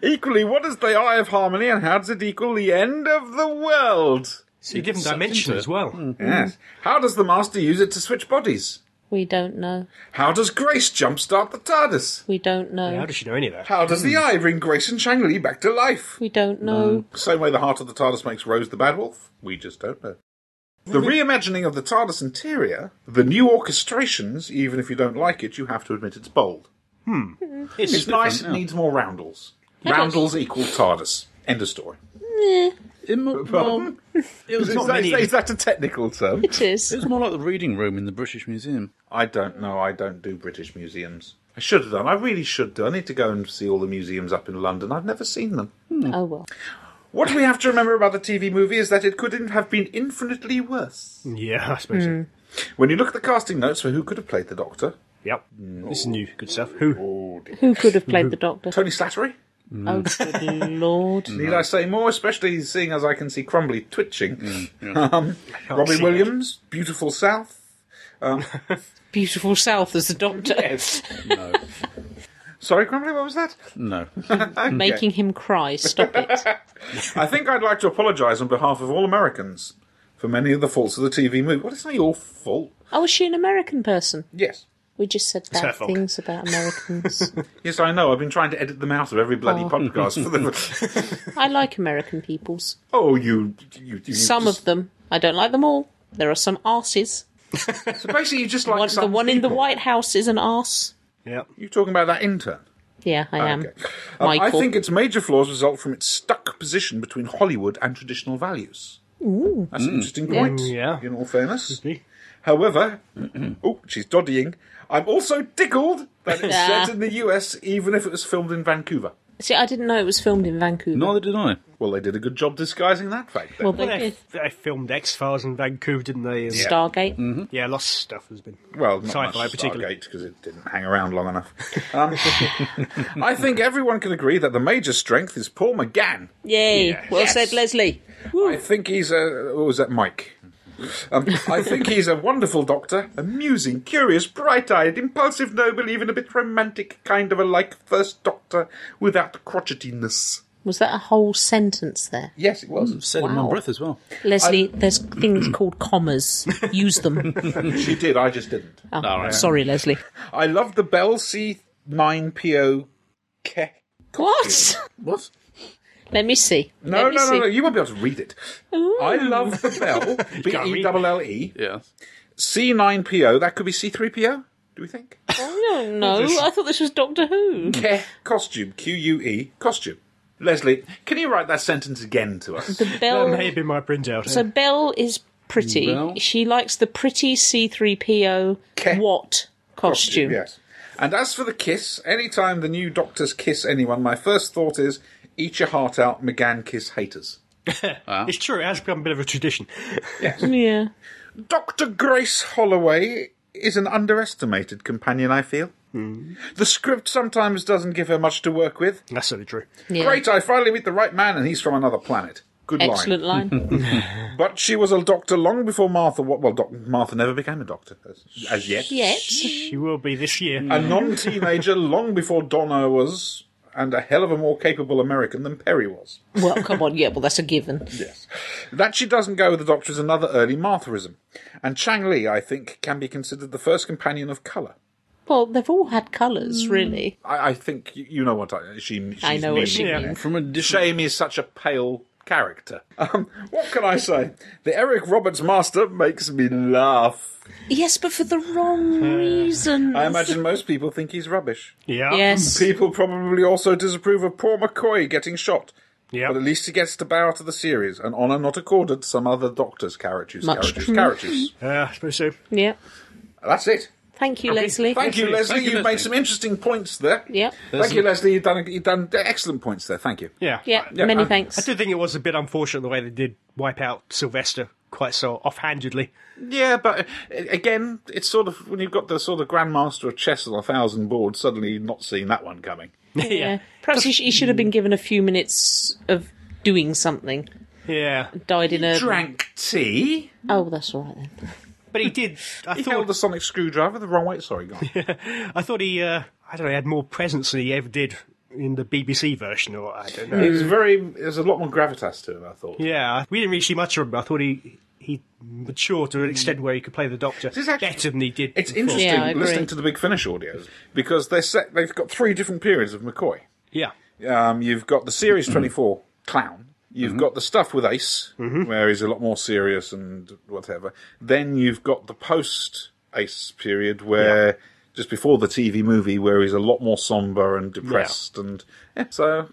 Equally, what is the Eye of Harmony and how does it equal the end of the world?
It's a different
sucked
dimension
into
as
it.
well.
Yes. How does the Master use it to switch bodies?
We don't know.
How does Grace jumpstart the TARDIS?
We don't know.
How does she know any of that?
How does the Eye bring Grace and Shang-Li back to life?
we don't know.
Same way the heart of the TARDIS makes Rose the Bad Wolf? We just don't know. The reimagining of the TARDIS interior, the new orchestrations, even if you don't like it, you have to admit it's bold.
It's,
It's nice, it needs more roundels. Roundels equal TARDIS. End of story.
Imm- well, it was
Is
not
that-
many.
is that- is that a technical term?
It is.
It was more like the reading room in the British Museum.
I don't know. I don't do British museums. I should have done. I really should do. I need to go and see all the museums up in London. I've never seen them.
Oh well.
What we have to remember about the TV movie is that it couldn't have been infinitely worse.
yeah, I suppose. so.
When you look at the casting notes for who could have played the Doctor,
Yep. This is new, good stuff. Who?
Who could have played the Doctor?
Tony Slattery.
Oh, good lord.
Need I say more? Especially seeing as I can see Crumbly twitching. Um,
Mm, see
Robbie
it.
Williams, Beautiful South.
Beautiful South as the Doctor.
Sorry, Crumbly, what was that?
No.
Making him cry. Stop it.
I think I'd like to apologise on behalf of all Americans for many of the faults of the TV movie. Well, it's not your fault.
Oh, is she an American person?
Yes.
We just said
her
bad
fault.
things about Americans.
Yes, I know. I've been trying to edit them out of every bloody
Oh.
podcast for the.
I like American peoples.
Oh, you, you, you
Some
just-
of them. I don't like them all. There are some arses.
So basically, you just like
One, the
some
one in the
people.
White House is an arse.
Yep.
You're talking about that intern.
Yeah, I am.
Okay. Um, I
Michael.
think its major flaws result from its stuck position between Hollywood and traditional values. Ooh. That's an interesting point.
Yeah.
In all fairness.
be.
However, oh, she's doddying. I'm also tickled that it's
Ah.
set in the US, even if it was filmed in Vancouver.
See, I didn't know it was filmed in Vancouver.
Neither did I.
Well, they did a good job disguising that fact. Then.
well, they
Well, they,
did.
they filmed X Files in Vancouver, didn't they? And-
Stargate.
Mm.
Yeah, lots of stuff has been.
Well, not
Sci-fi
much
particularly.
because it didn't hang around long enough. Um, I think everyone can agree that the major strength is Paul McGann.
Yay.
Yes.
Well said, Leslie.
I think he's a what was that, Mike? Um, I think he's a wonderful doctor, amusing, curious, bright-eyed, impulsive, noble, even a bit romantic, kind of a like first doctor without the crotchetiness.
Was that a whole sentence there?
Yes, it was.
Said in one breath as well.
Leslie, there's things called commas. Use them.
She did. I just didn't.
Oh, Sorry, Leslie.
I love the Bell C nine PO. Ke-
What?
What?
Let me see.
No,
Let me
no, no,
see.
no. You won't be able to read it. I love the Bell B
can't
E
read.
double L E
Yes.
C nine PO. That could be C three PO. Do we think?
I don't know. I thought this was Doctor Who.
Ke costume. Q U E costume. Leslie, can you write that sentence again to us?
The
That
bell.
may have been my printout.
Oh. So Belle is pretty.
Belle.
She likes the pretty C3PO
Ke-
what costume?
Yes. And as for the kiss, any time the new doctors kiss anyone, my first thought is eat your heart out, McGann kiss haters.
It's true, it has become a bit of a tradition.
Yeah.
Dr. Grace Holloway is an underestimated companion, I feel.
Mm-hmm.
The script sometimes doesn't give her much to work with.
That's certainly true.
Yeah.
Great, I finally meet the right man, and he's from another planet. Good
Excellent line.
line. But she was a doctor long before Martha. wa- Well, doc- Martha never became a doctor as, as yet.
Yet.
She will be this year.
A non teenager long before Donna was, and a hell of a more capable American than Perry was.
Well, come on. Yeah, well, that's a given.
Yes. That she doesn't go with the Doctor is another early Marthaism. And Chang Li, I think, can be considered the first companion of colour.
Well, they've all had colours, really.
I, I think you, you know what I, she. She's
I know what she
meaning.
Yeah.
means.
From a different.
Shame is such a pale character. Um, what can I say? The Eric Roberts master makes me laugh.
Yes, but for the wrong reason.
I Uh, imagine most people think he's rubbish.
Yeah.
Yes.
People probably also disapprove of poor McCoy getting shot.
Yeah.
But at least he gets to bow out of the series, an honour not accorded some other doctors' characters.
Much
Characters,
true.
characters.
Uh, I suppose so.
Yeah.
That's it.
Thank you, Leslie.
Thank you, Leslie.
Thank you,
You've
Leslie.
made some interesting points there.
Yep.
Thank you, Leslie. You've done you've done excellent points there. Thank you.
Yeah.
Yeah.
Yeah,
Many
I-
thanks.
I do think it was a bit unfortunate the way they did wipe out Sylvester quite so offhandedly.
Yeah, but uh, again, it's sort of when you've got the sort of grandmaster of chess on a thousand boards, suddenly you've not seen that one coming.
Yeah. Perhaps he, sh- he should have been given a few minutes of doing something.
Yeah.
Died in a.
Drank tea.
Oh, that's all right then.
But he did. I
He held
thought.
the sonic screwdriver the wrong way. Sorry, go on.
I thought he. Uh, I don't know. He had more presence than he ever did in the BBC version, or I don't know.
It was very. There's a lot more gravitas to him. I thought.
Yeah, we didn't really see much of him. but I thought he he matured to an extent where he could play the Doctor
is actually-
better than he did.
It's
before.
interesting
Yeah, I agree.
listening to the Big Finish audios because they set, they've got three different periods of McCoy.
Yeah,
Um, you've got the Series 24 clown. You've got the stuff with Ace, where he's a lot more serious and whatever. Then you've got the post Ace period, where just before the TV movie, where he's a lot more somber and depressed. And yeah, so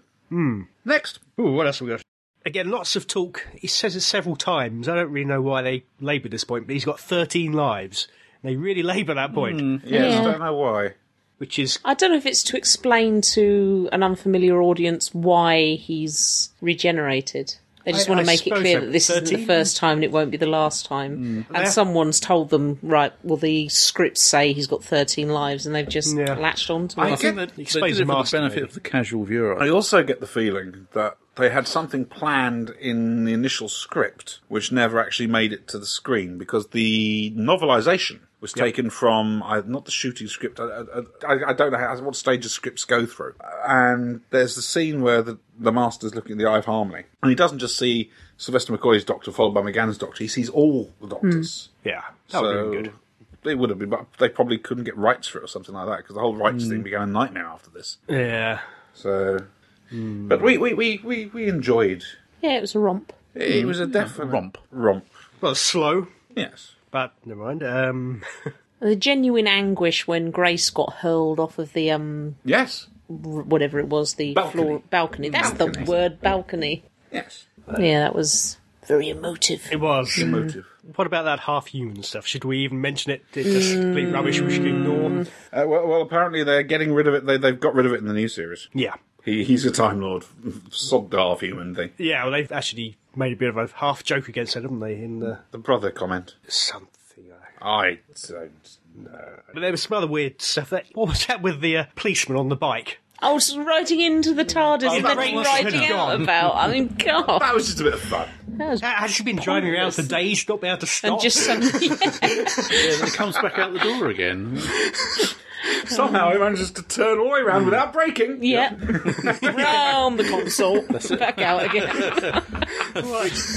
next,
Ooh, what else we got? Again, lots of talk. He says it several times. I don't really know why they labour this point, but he's got 13 lives. They really labour that point,
yes,
Yeah.
I don't know why.
which is
I don't know if it's to explain to an unfamiliar audience why he's regenerated. They just
I-
want
I
to make it
suppose
clear
so. Hmm.
that this isn't the
13?
first time and it won't be the last time. And someone's told them, right, well, the scripts say he's got 13 lives and they've just
Yeah.
latched on to
I
it.
think that they
Explains
did
the
it for the Oh,
master,
benefit
maybe.
of the casual viewer.
I also get the feeling that they had something planned in the initial script which never actually made it to the screen because the novelization was taken from I, not the shooting script. I, I- I, I don't know how, what stages scripts go through. And there's the scene where the, the master's looking at the Eye of Harmony, and he doesn't just see Sylvester McCoy's doctor followed by McGann's doctor. He sees all the doctors.
yeah, Hmm. that would have been good.
They would have been, but they probably couldn't get rights for it or something like that because the whole rights
Hmm.
thing became a nightmare after this.
Yeah,
So, but we, we, we, we, we enjoyed.
Yeah, it was a romp.
It was a definite romp. Romp.
well, slow,
Yes.
but never mind. Um,
The genuine anguish when Grace got hurled off of the, um,
Yes.
r- whatever it was, the
Balcony.
floor balcony. That's the
Balcony.
word, balcony.
Yes.
Yeah, that was very emotive.
it was.
Motive.
What about that half-human stuff? Should we even mention it? It's just complete rubbish. We should ignore.
Uh, well, well, apparently they're getting rid of it. They, they've got rid of it in the new series.
Yeah,
He, he's a Time Lord, sobbed half human thing.
yeah. Well, they've actually made a bit of a half joke against it, haven't they? In the
The brother comment.
something.
I
I
don't.
But there was some other weird stuff. That, what was that with the uh, policeman on the bike?
I was riding into the TARDIS and
that
then
was
riding out
gone.
about. I mean, God.
That was just a bit of fun.
That has she been driving around for days, not be able to stop?
And just suddenly,
yeah, then it comes back out the door again.
Somehow he manages to turn all the way around without breaking.
yeah, round the console, back out again.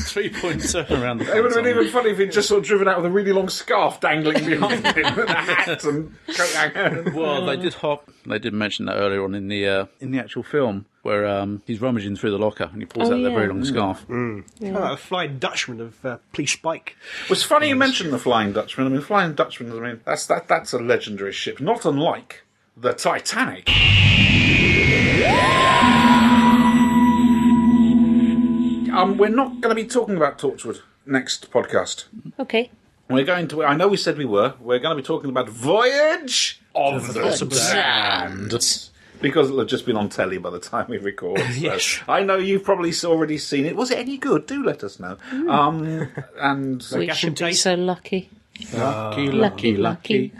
Three point seven around the.
It would have been even funny if he'd just sort of driven out with a really long scarf dangling behind him and a hat and coat hanger.
Well,
Um,
they did hop. They did mention that earlier on in the uh, in the actual film where um, he's rummaging through the locker and he pulls
Oh,
out that
yeah.
very long scarf.
Oh, a flying Dutchman of uh, police bike.
It's funny you mentioned the Flying Dutchman. I mean, Flying Dutchman. I mean, that's that. That's a legendary ship, not unlike the Titanic. Um, we're not going to be talking about Torchwood next podcast.
Okay,
We're going to. I know we said we were. We're going to be talking about Voyage of the Sand. Because it'll have just been on telly by the time we record. so.
Yes.
I know you've probably s- already seen it. Was it any good? Do let us know. Um, and
we
Gavin
should be
Date?
so lucky.
Lucky,
Lucky, lucky.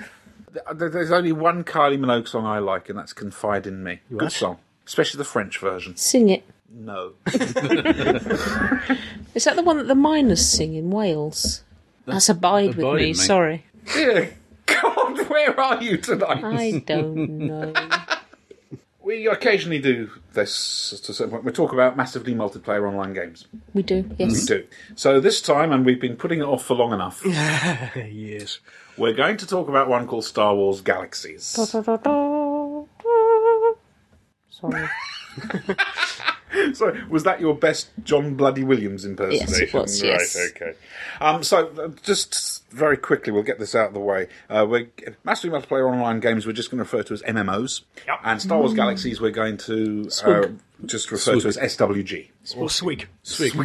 Uh, There- There's only one Kylie Minogue song I like, and that's "Confide in Me." Good song, especially the French version.
Sing it.
No,
Is that the one that the miners sing in Wales? That's abide with
Abide
me.
with me.
Sorry,
dear God, where are you tonight?
I don't know.
We occasionally do this to a certain point. We talk about massively multiplayer online games.
We do.
We
Yes.
do. So this time, and we've been putting it off for long enough.
yes.
We're going to talk about one called Star Wars Galaxies.
Sorry.
So, was that your best John Bloody Williams impersonation?
was, yes.
Right, okay. Um, so, uh, just very quickly, we'll get this out of the way. Uh, we're, massively multiplayer online games, we're just going to refer to as MMOs.
Yep.
And Star Wars Galaxies, we're going to uh, just refer to as SWG.
Or Swig.
Swig.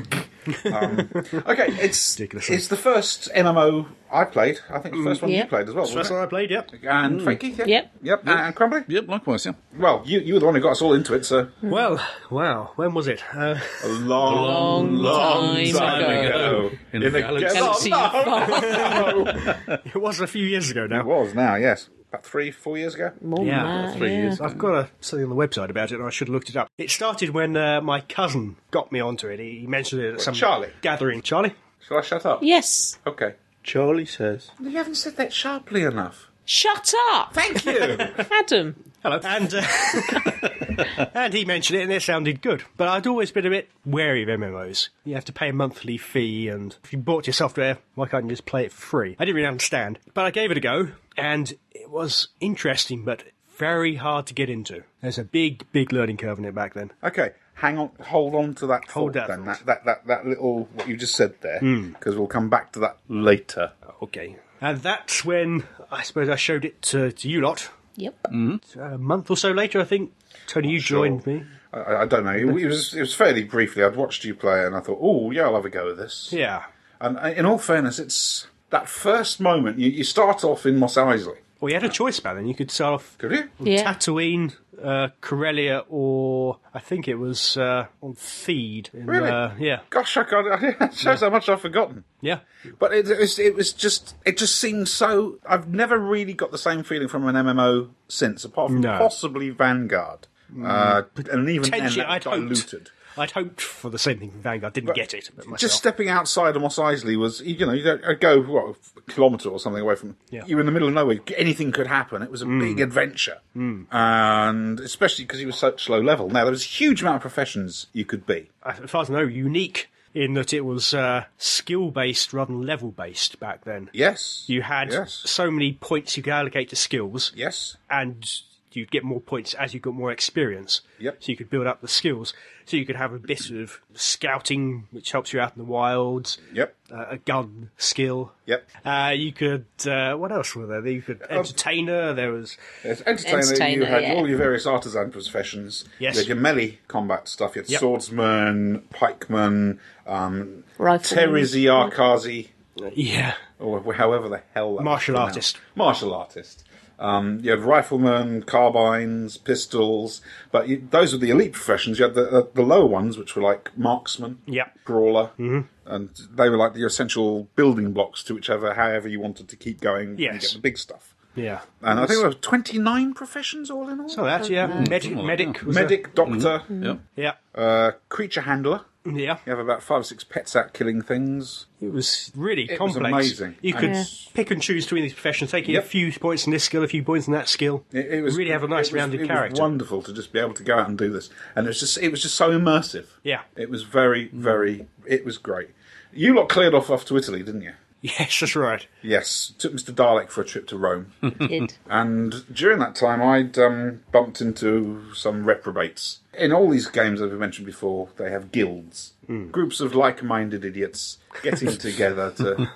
um, okay, it's, it's the first MMO I played. I think the first one
Yeah.
you played as well.
That's
wasn't
what I played, yep.
it? And Fakey, yeah.
Yep.
Yep. And, and Crumbly?
Yep, likewise, yeah.
Well, you, you were the one who got us all into it, so.
Well, wow, when was it? Uh,
A long,
Long time
ago.
In,
In
the
galaxy-
galaxy.
Galaxy
it was a few years ago
It
now.
was now, yes. About three, four years ago.
More than
Yeah,
that,
three
yeah.
years.
I've got a, something on the website about it, and I should have looked it up. It started when uh, my cousin got me onto it. He he mentioned it at some
Charlie?
gathering. Charlie?
Shall I shut up?
Yes.
Okay.
Charlie says.
You haven't said that sharply enough.
Shut up,
Thank you.
Adam.
Hello. And uh, and he mentioned it, and it sounded good. But I'd always been a bit wary of MMOs. You have to pay a monthly fee, and if you bought your software, why can't you just play it for free? I didn't really understand, but I gave it a go, and it was interesting, but very hard to get into. There's a big, big learning curve in it back then.
Okay, hang on, hold on to that
Hold
thought
that
then,
thought.
that, that, that, that little, what you just said there, because we'll come back to that later.
Okay. And that's when I suppose I showed it to, to you lot.
Yep.
A month or so later, I think. Tony, you joined me.
I- I, I don't know, it, it was, it was fairly briefly, I'd watched you play and I thought, oh, yeah, I'll have a go at this.
Yeah.
And uh, in all fairness, it's that first moment, you, you start off in Moss Eisley,
Well, you had a choice back then. You could start off
could you?
Yeah.
Tatooine, uh, Corellia, or I think it was uh, on Feed. In,
Really?
Uh, yeah,
Gosh, I can't, it shows how much I've forgotten.
yeah.
But it, it, was, it was just, it just seemed so. I've never really got the same feeling from an MMO since, apart from
No. Mm.
possibly Vanguard. Uh, and even then,
Potentially,
that was
I'd hoped.
diluted.
I'd hoped for the same thing from Vanguard. Didn't get it. But myself.
Just stepping outside of Moss Eisley was, you know, you don't I'd go what a kilometre or something away from.
Yeah. Mm.
You were in the middle of nowhere. Anything could happen. It was a big adventure, and especially because he was such low level. Now there was a huge amount of professions you could be.
as far as I know, unique in that it was uh, skill based rather than level based back then.
Yes,
You had
yes,
so many points you could allocate to skills,
yes,
and you'd get more points as you got more experience.
Yep.
So you could build up the skills. So you could have a bit of scouting, which helps you out in the wilds.
yep,
Uh, a gun skill.
yep. Um,
Uh, you could. Uh, what else were there? You could entertainer. There was.
As entertainer, you
Entertainer,
had
yeah.
all your various artisan professions.
Yes.
You had your melee combat stuff. You had
Yep.
swordsman, pikeman, um,
Rifle.
Terizi Arkazi,
Yeah.
or wh- however the hell that was
Martial
pronounced.
artist.
Martial artist. Um, you had riflemen, carbines, pistols, but you, those were the elite professions. You had the, uh, the, the lower ones, which were like marksman,
Yep. Mm-hmm.
brawler, and they were like the essential building blocks to whichever, however you wanted to keep going. when You
Yes.
get the big stuff.
Yeah.
And I think there were 29 professions all in all.
So that yeah. Medic.
Mm.
medic. Was
medic, doctor,
Mm.
Yep.
a- yeah.
uh, creature handler.
Yeah.
You have about five or six pets out killing things.
It was really
It was
complex.
amazing.
You could
Yeah.
pick and choose between these professions, taking
Yep.
a few points in this skill, a few points in that skill.
It, it was
really have a
it
nice
was- it
rounded
was
character.
wonderful to just be able to go out and do this, and it was just it was just so immersive.
Yeah. Mm-hmm.
it was very very. It was great. You lot cleared off off to Italy, didn't you?
Yes, that's right.
Yes, took Mr. Dalek for a trip to Rome,
Hmm.
Did.
and during that time, I'd um, bumped into some reprobates. In all these games, as we mentioned before, they have guilds,
Hmm.
groups of like-minded idiots getting together to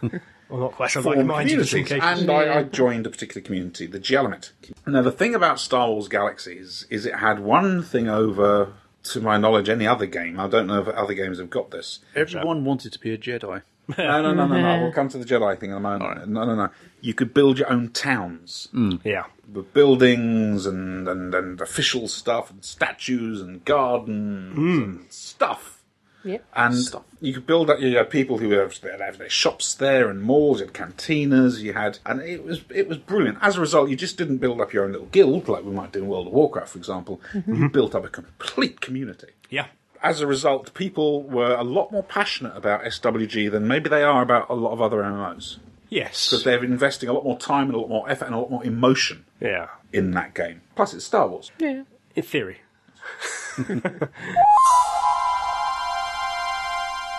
Well, not quite so
form
like mine.
communities. And I, I joined a particular community, the Gialamit. Now, the thing about Star Wars Galaxies is it had one thing over, to my knowledge, any other game. I don't know if other games have got this.
Everyone wanted to be a Jedi.
No, no, no, no, no. We'll come to the Jedi thing in a moment. No, no, no. You could build your own towns
yeah.
with buildings and, and, and official stuff and statues and gardens and stuff.
Yep.
And you could build up. You had people who have they have their shops there and malls. You had cantinas. You had, and it was it was brilliant. As a result, you just didn't build up your own little guild like we might do in World of Warcraft, for example. You built up a complete community.
Yeah.
As a result, people were a lot more passionate about SWG than maybe they are about a lot of other MMOs.
Yes.
They're investing a lot more time and a lot more effort and a lot more emotion
Yeah.
in that game. Plus, it's Star Wars.
In theory.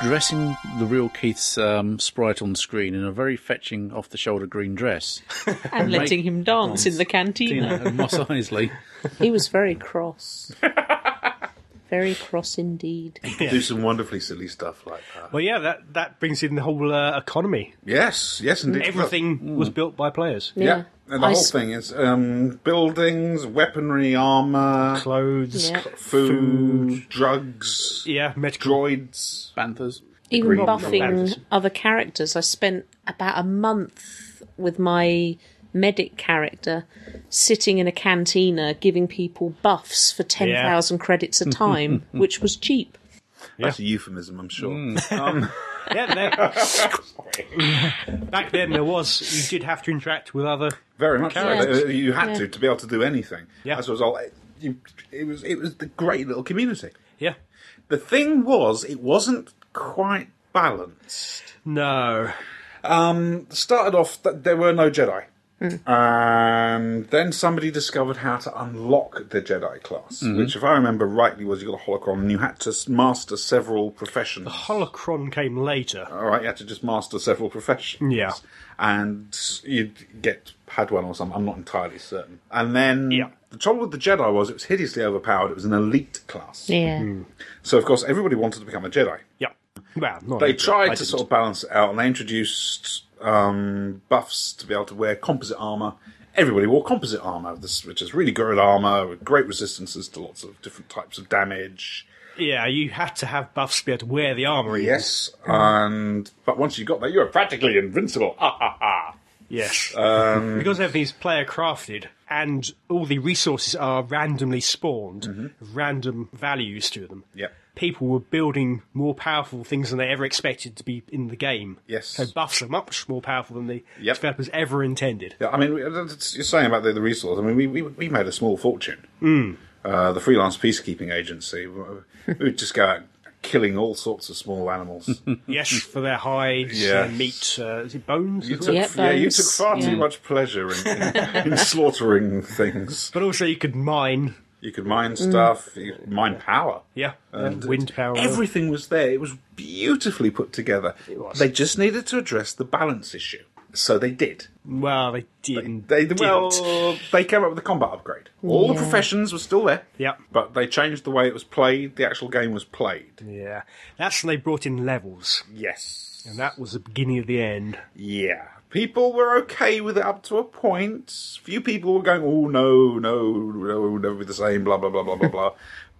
Dressing the real Keith's um, sprite on screen in a very fetching off the shoulder green dress.
And letting him dance in the
You know,
cantina.
and Moss Eisley.
He was very cross. very cross indeed.
Do some wonderfully silly stuff like that.
Well, yeah. That that brings in the whole uh, economy.
Yes, yes, indeed.
Everything
Mm.
was built by players.
Yeah. And the
I
whole
s-
thing is um, buildings, weaponry, armor,
Clothes.
Yeah.
food, drugs,
Yeah, medical.
droids,
Banthas.
even
Green
buffing
Lanterns.
other characters. I spent about a month with my medic character sitting in a cantina giving people buffs for 10,000 credits a time, which was cheap.
That's a euphemism, I'm sure.
Yeah, there- Back then, there was. You did have to interact with other.
Very much. so.
Characters.
Uh, You had to to be able to do anything.
Yeah.
As a result, it, you, it was it was the great little community.
Yeah.
The thing was, it wasn't quite balanced.
No.
Started off that there were no Jedi. And then somebody discovered how to unlock the Jedi class,
Mm-hmm.
which, if I remember rightly, was you got a holocron and you had to s- master several professions.
Holocron came later.
All right, you had to just master several professions.
Yeah.
And you'd get Padawan or something. I'm not entirely certain. And then
Yeah.
the trouble with the Jedi was it was hideously overpowered. It was an elite class.
Yeah.
So, of course, everybody wanted to become a Jedi.
Yeah. Well, not
They
really. I
tried to
didn't.
sort of balance it out and they introduced um, buffs to be able to wear composite armor. Everybody wore composite armor, this, which is really good armor with great resistances to lots of different types of damage.
Yeah, you had to have buffs to be able to wear the armour. even.
Yes, and but once you got that, you were practically invincible. Ha ha ha!
Yes.
Um,
because everything's player crafted and all the resources are randomly spawned, random values to them.
Mm-hmm. Yep.
People were building more powerful things than they ever expected to be in the game.
Yes.
So buffs are much more powerful than the
Yep.
developers ever intended.
Yeah, I mean, we- that's- you're saying about the, the resource. I mean, we, we, we made a small fortune.
Hmm.
Uh, the freelance peacekeeping agency. We would just go out killing all sorts of small animals.
Yes, for their hides,
Yeah.
their meat, uh, is it bones?
You
as well?
took,
Yeah,
yeah, you
bones.
took far too
Yeah.
much pleasure in, in, in slaughtering things.
But also you could mine,
You could mine
Mm.
stuff, you could mine power.
yeah, wind power.
Everything was there. It was beautifully put together. It
was.
They just needed to address the balance issue. So they did.
Well, they didn't.
They
didn't.
well, they came up with the combat upgrade. All the
Yeah.
professions were still there.
Yeah.
but they changed the way it was played. The actual game was played.
Yeah, that's when they brought in levels,
Yes.
and that was the beginning of the end.
Yeah. People were okay with it up to a point. Few people were going, "Oh no, no, no, it'll never be the same." Blah blah blah blah blah blah.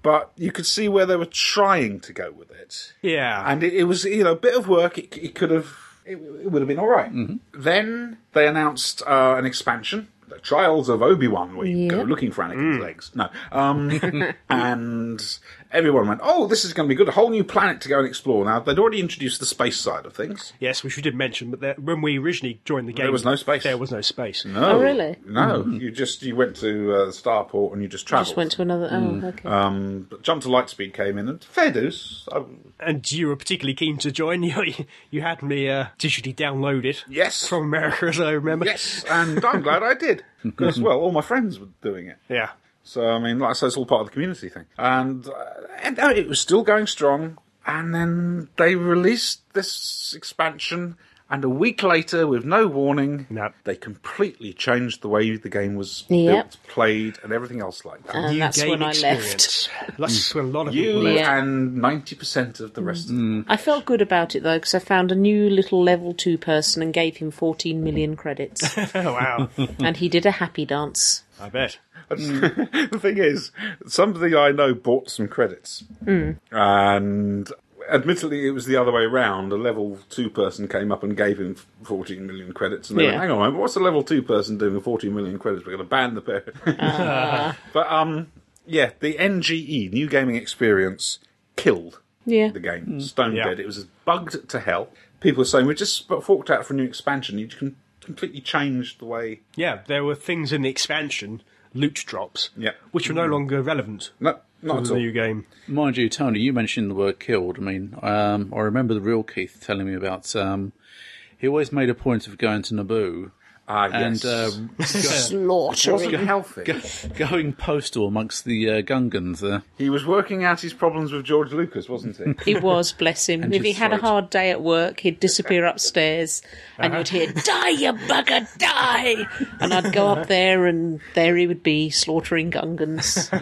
But you could see where they were trying to go with it.
Yeah,
and it, it was you know a bit of work. It, it could have it, it would have been all right. Then they announced uh, an expansion, the Trials of Obi Wan, where you go
Yep.
looking for Anakin's legs. No, um, and everyone went, "Oh, this is going to be good. A whole new planet to go and explore." Now they'd already introduced the space side of things.
Yes, which we did mention, but there, when we originally joined the game,
was no space.
There was no space.
No,
Oh, really?
No, you just you went to uh, Starport and you just
Just went
travelled.
to another. Oh, okay.
Um, but Jump to Lightspeed came in and fair dues. Oh, I,
And you were particularly keen to join. You, you had me uh, digitally download it
yes,
from America, as I remember.
yes, and I'm glad I did because well, all my friends were doing it.
Yeah.
So I mean, like I say, it's all part of the community thing, and, uh, and uh, it was still going strong. And then they released this expansion, and a week later, with no warning,
No.
they completely changed the way the game was
Yep. Uh,
built, played, and everything else like that.
and
New
that's
game
when I left.
experience. That's when a lot of
Mm. you
people left.
Yeah. Mm.
and ninety percent of the rest. Of
I felt good about it though, because I found a new little level two person and gave him 14 million credits,
Oh, wow.
and he did a happy dance.
I bet.
the thing is, somebody I know bought some credits,
Hmm.
and admittedly, it was the other way round. A level two person came up and gave him 14 million credits, and they
Yeah.
went, "Hang on, a moment, what's a level two person doing with 14 million credits? We're going to ban the pair."
Uh-huh.
but um, yeah, the NGE New Gaming Experience killed
Yeah.
the game, stone
Yeah.
dead. It was bugged to hell. People were saying we just forked out for a new expansion. You can completely change the way.
Yeah, there were things in the expansion, loot drops,
Yeah.
which were no longer relevant
No, not
to
at
the
all.
new game.
Mind you, Tony, you mentioned the word killed. I mean, um, I remember the real Keith telling me about. Um, he always made a point of going to Naboo
Ah,
and
yes.
uh,
Slaughtering.
wasn't healthy.
going postal amongst the uh, Gungans there.
He was working out his problems with George Lucas, wasn't he?
He was, bless him. If he
just
had a
throat.
hard day at work, he'd disappear upstairs and you'd hear, Die, you bugger, die! And I'd go up there and there he would be slaughtering Gungans.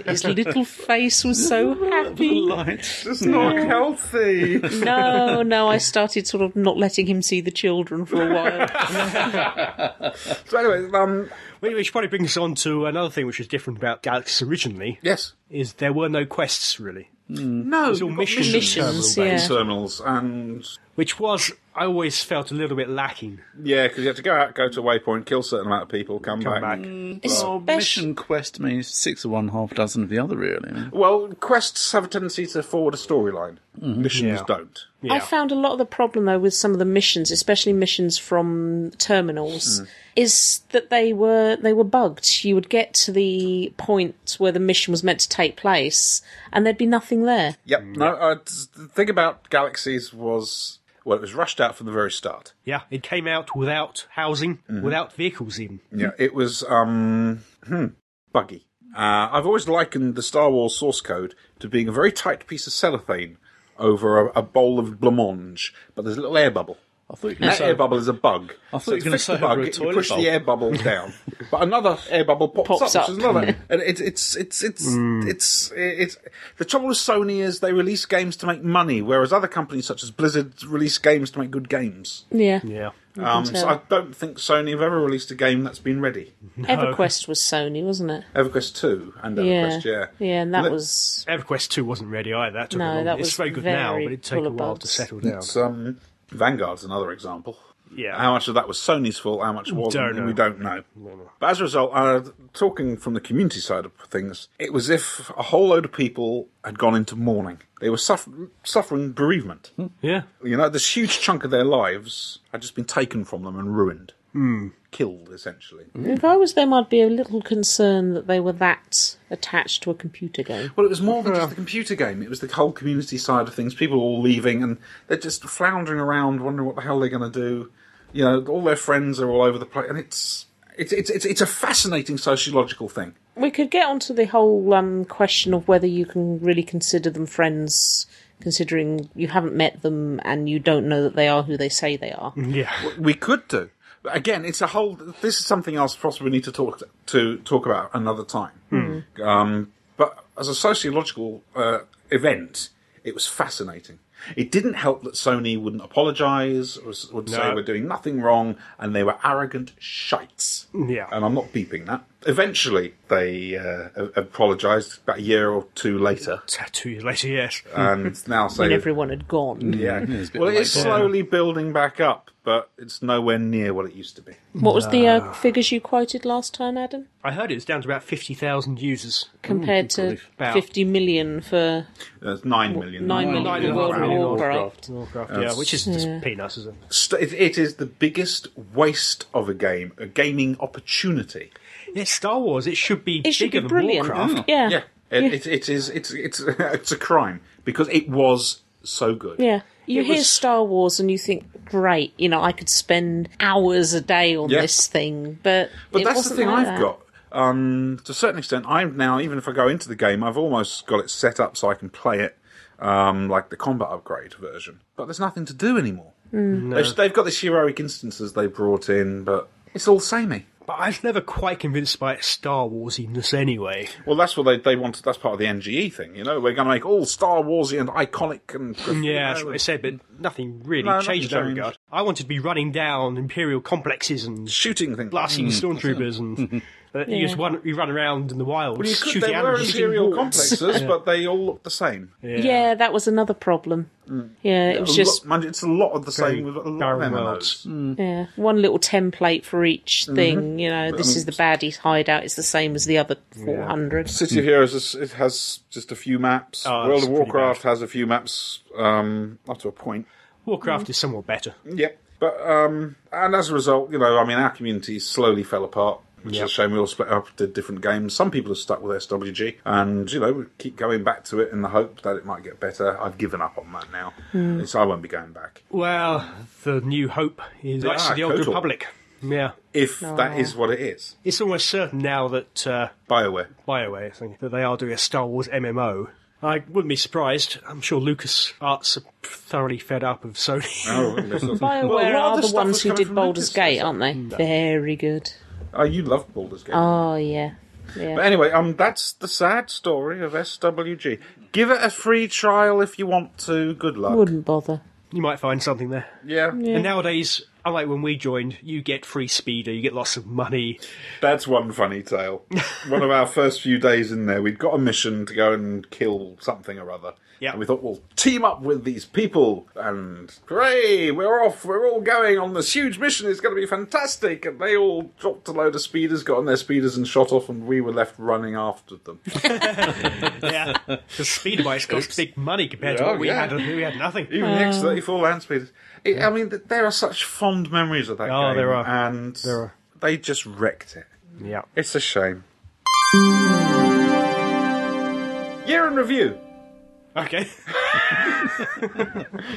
His little face was so happy.
Light.
It's not healthy.
No, no, I started sort of not letting him see the children for a while.
so anyway, um,
Wh- Which probably brings us on to another thing which was different about Galaxy originally,
yes,
is there were no quests, really.
No,
all
you've got
missions.
Missions,
Terminal
yeah.
based.
terminals and
Which was, I always felt a little bit lacking.
yeah, because you have to go out, go to a waypoint, kill a certain amount of people, come,
Come back.
Mm.
Well,
Espec-
mission quest means six of one, half dozen of the other, really.
Well, quests have a tendency to forward a storyline. Missions
Yeah.
don't.
Yeah.
I found a lot of the problem though with some of the missions, especially missions from terminals, is that they were they were bugged. You would get to the point where the mission was meant to take place, and there'd be nothing there.
Yep. No, uh, the thing about Galaxies was well, it was rushed out from the very start.
Yeah, it came out without housing,
Mm-hmm.
without vehicles even.
Yeah, it was um hmm, buggy. Uh, I've always likened the Star Wars source code to being a very tight piece of cellophane over a, a bowl of blancmange, but there's a little air bubble.
I thought you were
And
going
that
to
air
say.
bubble is a bug.
I thought
so
you were
to
gonna
fix the
say over
bug,
a
you
toilet
push
bowl.
the air bubble down, but another air bubble pops,
Pops
up, which is
up.
another, and it's it's it's it's, it's it's the trouble with Sony is they release games to make money, whereas other companies such as Blizzard release games to make good games.
Yeah.
Yeah.
Um, so I don't think Sony have ever released a game that's been ready.
EverQuest was Sony, wasn't it?
EverQuest two and
Yeah.
EverQuest, yeah,
Yeah, and that
Let-
was
EverQuest 2 wasn't ready either. That took
No,
a long
that
It's
was
very good now,
very
but it took
full
a
of
while to
bugs.
settle down.
It's, um, Vanguard's another example.
Yeah.
How much of that was Sony's fault? How much wasn't?
Don't know.
We don't know. But as a result, uh, talking from the community side of things, it was if a whole load of people had gone into mourning. They were suffer- suffering bereavement.
Yeah.
You know, this huge chunk of their lives had just been taken from them and ruined,
Hmm.
killed essentially.
if I was them, I'd be a little concerned that they were that attached to a computer game.
Well, it was more than just the computer game. It was the whole community side of things. People were all leaving and they're just floundering around, wondering what the hell they're going to do. You know, all their friends are all over the place, and it's it's it's it's, it's a fascinating sociological thing.
We could get onto the whole um, question of whether you can really consider them friends, considering you haven't met them and you don't know that they are who they say they are.
Yeah.
We could do. But again, it's a whole. This is something else. Possibly we need to talk to talk about another time. Um, but as a sociological uh, event, it was fascinating. It didn't help that Sony wouldn't apologise or s- would say
No.
we're doing nothing wrong, and they were arrogant shites.
Yeah.
and I'm not beeping that. Eventually, they uh, a- apologised about a year or two later,
Two years later, yes.
and now
When
say
everyone had gone.
yeah.
it's a bit
well, it's
like-
slowly building back up, but it's nowhere near what it used to be.
What was the uh, figures you quoted last time,
Mm,
Adam?
I heard it was down to about 50,000 users.
Compared to
grief.
About-
50 million for
There's nine million.
9
Nine
million
million
for World of
World of
Warcraft.
Warcraft, yeah, which is just peanuts, isn't it?
St- it- it is the biggest waste of a game, a gaming opportunity.
Yeah, Star Wars, it should be
It should
bigger than
be brilliant.
Mm.
Warcraft.
Yeah.
Yeah, it, it, it is. It's it's it's a crime because it was so good.
Yeah. You
It
hear
was-
Star Wars and you think, great, you know, I could spend hours a day on
Yeah.
this thing, but
But
it
that's the
wasn't
thing
like
I've
that.
got. Um, to a certain extent, I'm now even if I go into the game, I've almost got it set up so I can play it um, like the combat upgrade version. But there's nothing to do anymore.
Mm.
They've, they've got these heroic instances they brought in, but it's all samey.
But I was never quite convinced by its Star Warsiness anyway.
Well, that's what they they want. That's part of the NGE thing, you know. We're going to make all Star Warsy and iconic and
Yeah, that's what I said, but nothing really
No, nothing
changed in that
changed.
regard. I wanted to be running down Imperial complexes and
shooting things.
blasting stormtroopers and uh, you just run, you run around in the wild.
Well, you could,
shooting
they were
animals, shooting
imperial
walls.
complexes, but they all look the same.
Yeah. that was another problem.
Mm.
Yeah, it was just
Lo- it's a lot of the same with a lot of
barren
MMOs.
worlds.
yeah, one little template for each
Mm-hmm.
thing. You know, this is the baddies' hideout. It's the same as the other 400.
City of Heroes is, it has just a few maps.
Oh,
World
that's
of
pretty
Warcraft has a few maps, um, up to a point.
Warcraft is somewhat better.
Yep. But um, and as a result, you know, I mean, our community slowly fell apart, which
Yep.
is a shame. We all split up, did different games. Some people are stuck with SWG, and you know, we keep going back to it in the hope that it might get better. I've given up on that now. It's, I won't be going back
Well, the New Hope is
Ah,
actually the Old
KOTOR.
Republic. Yeah.
if that is what it is.
It's almost certain now that uh,
Bioware.
Bioware, I think, that they are doing a Star Wars MMO. I wouldn't be surprised. I'm sure Lucas Arts are thoroughly fed up of Sony.
Oh, that's not-
BioWare
Well, a lot of
are the
stuff
ones
was
who
coming
did
from
Baldur's
Lucasfilm.
Gate, aren't they? Very good.
Oh, you love Baldur's Gate.
Oh yeah, yeah.
But anyway, um, that's the sad story of SWG. Give it a free trial if you want to. Good luck.
Wouldn't bother.
you might find something there.
Yeah.
And nowadays, Unlike when we joined, you get free speeder, you get lots of money.
That's one funny tale. one of our first few days in there, we'd got a mission to go and kill something or other.
Yeah.
And we thought, we'll team up with these people, and hooray, we're off, we're all going on this huge mission, it's going to be fantastic. And they all dropped a load of speeders, got on their speeders, and shot off, and we were left running after them.
Yeah, the speeder bikes cost big money compared to
Yeah,
what we
yeah.
had. We had nothing.
Even the X34 land speeders. It, I mean, th- there are such fond memories of that
Oh,
game.
there are.
And
There are.
they just wrecked it.
Yeah.
It's a shame. Year in review.
Okay.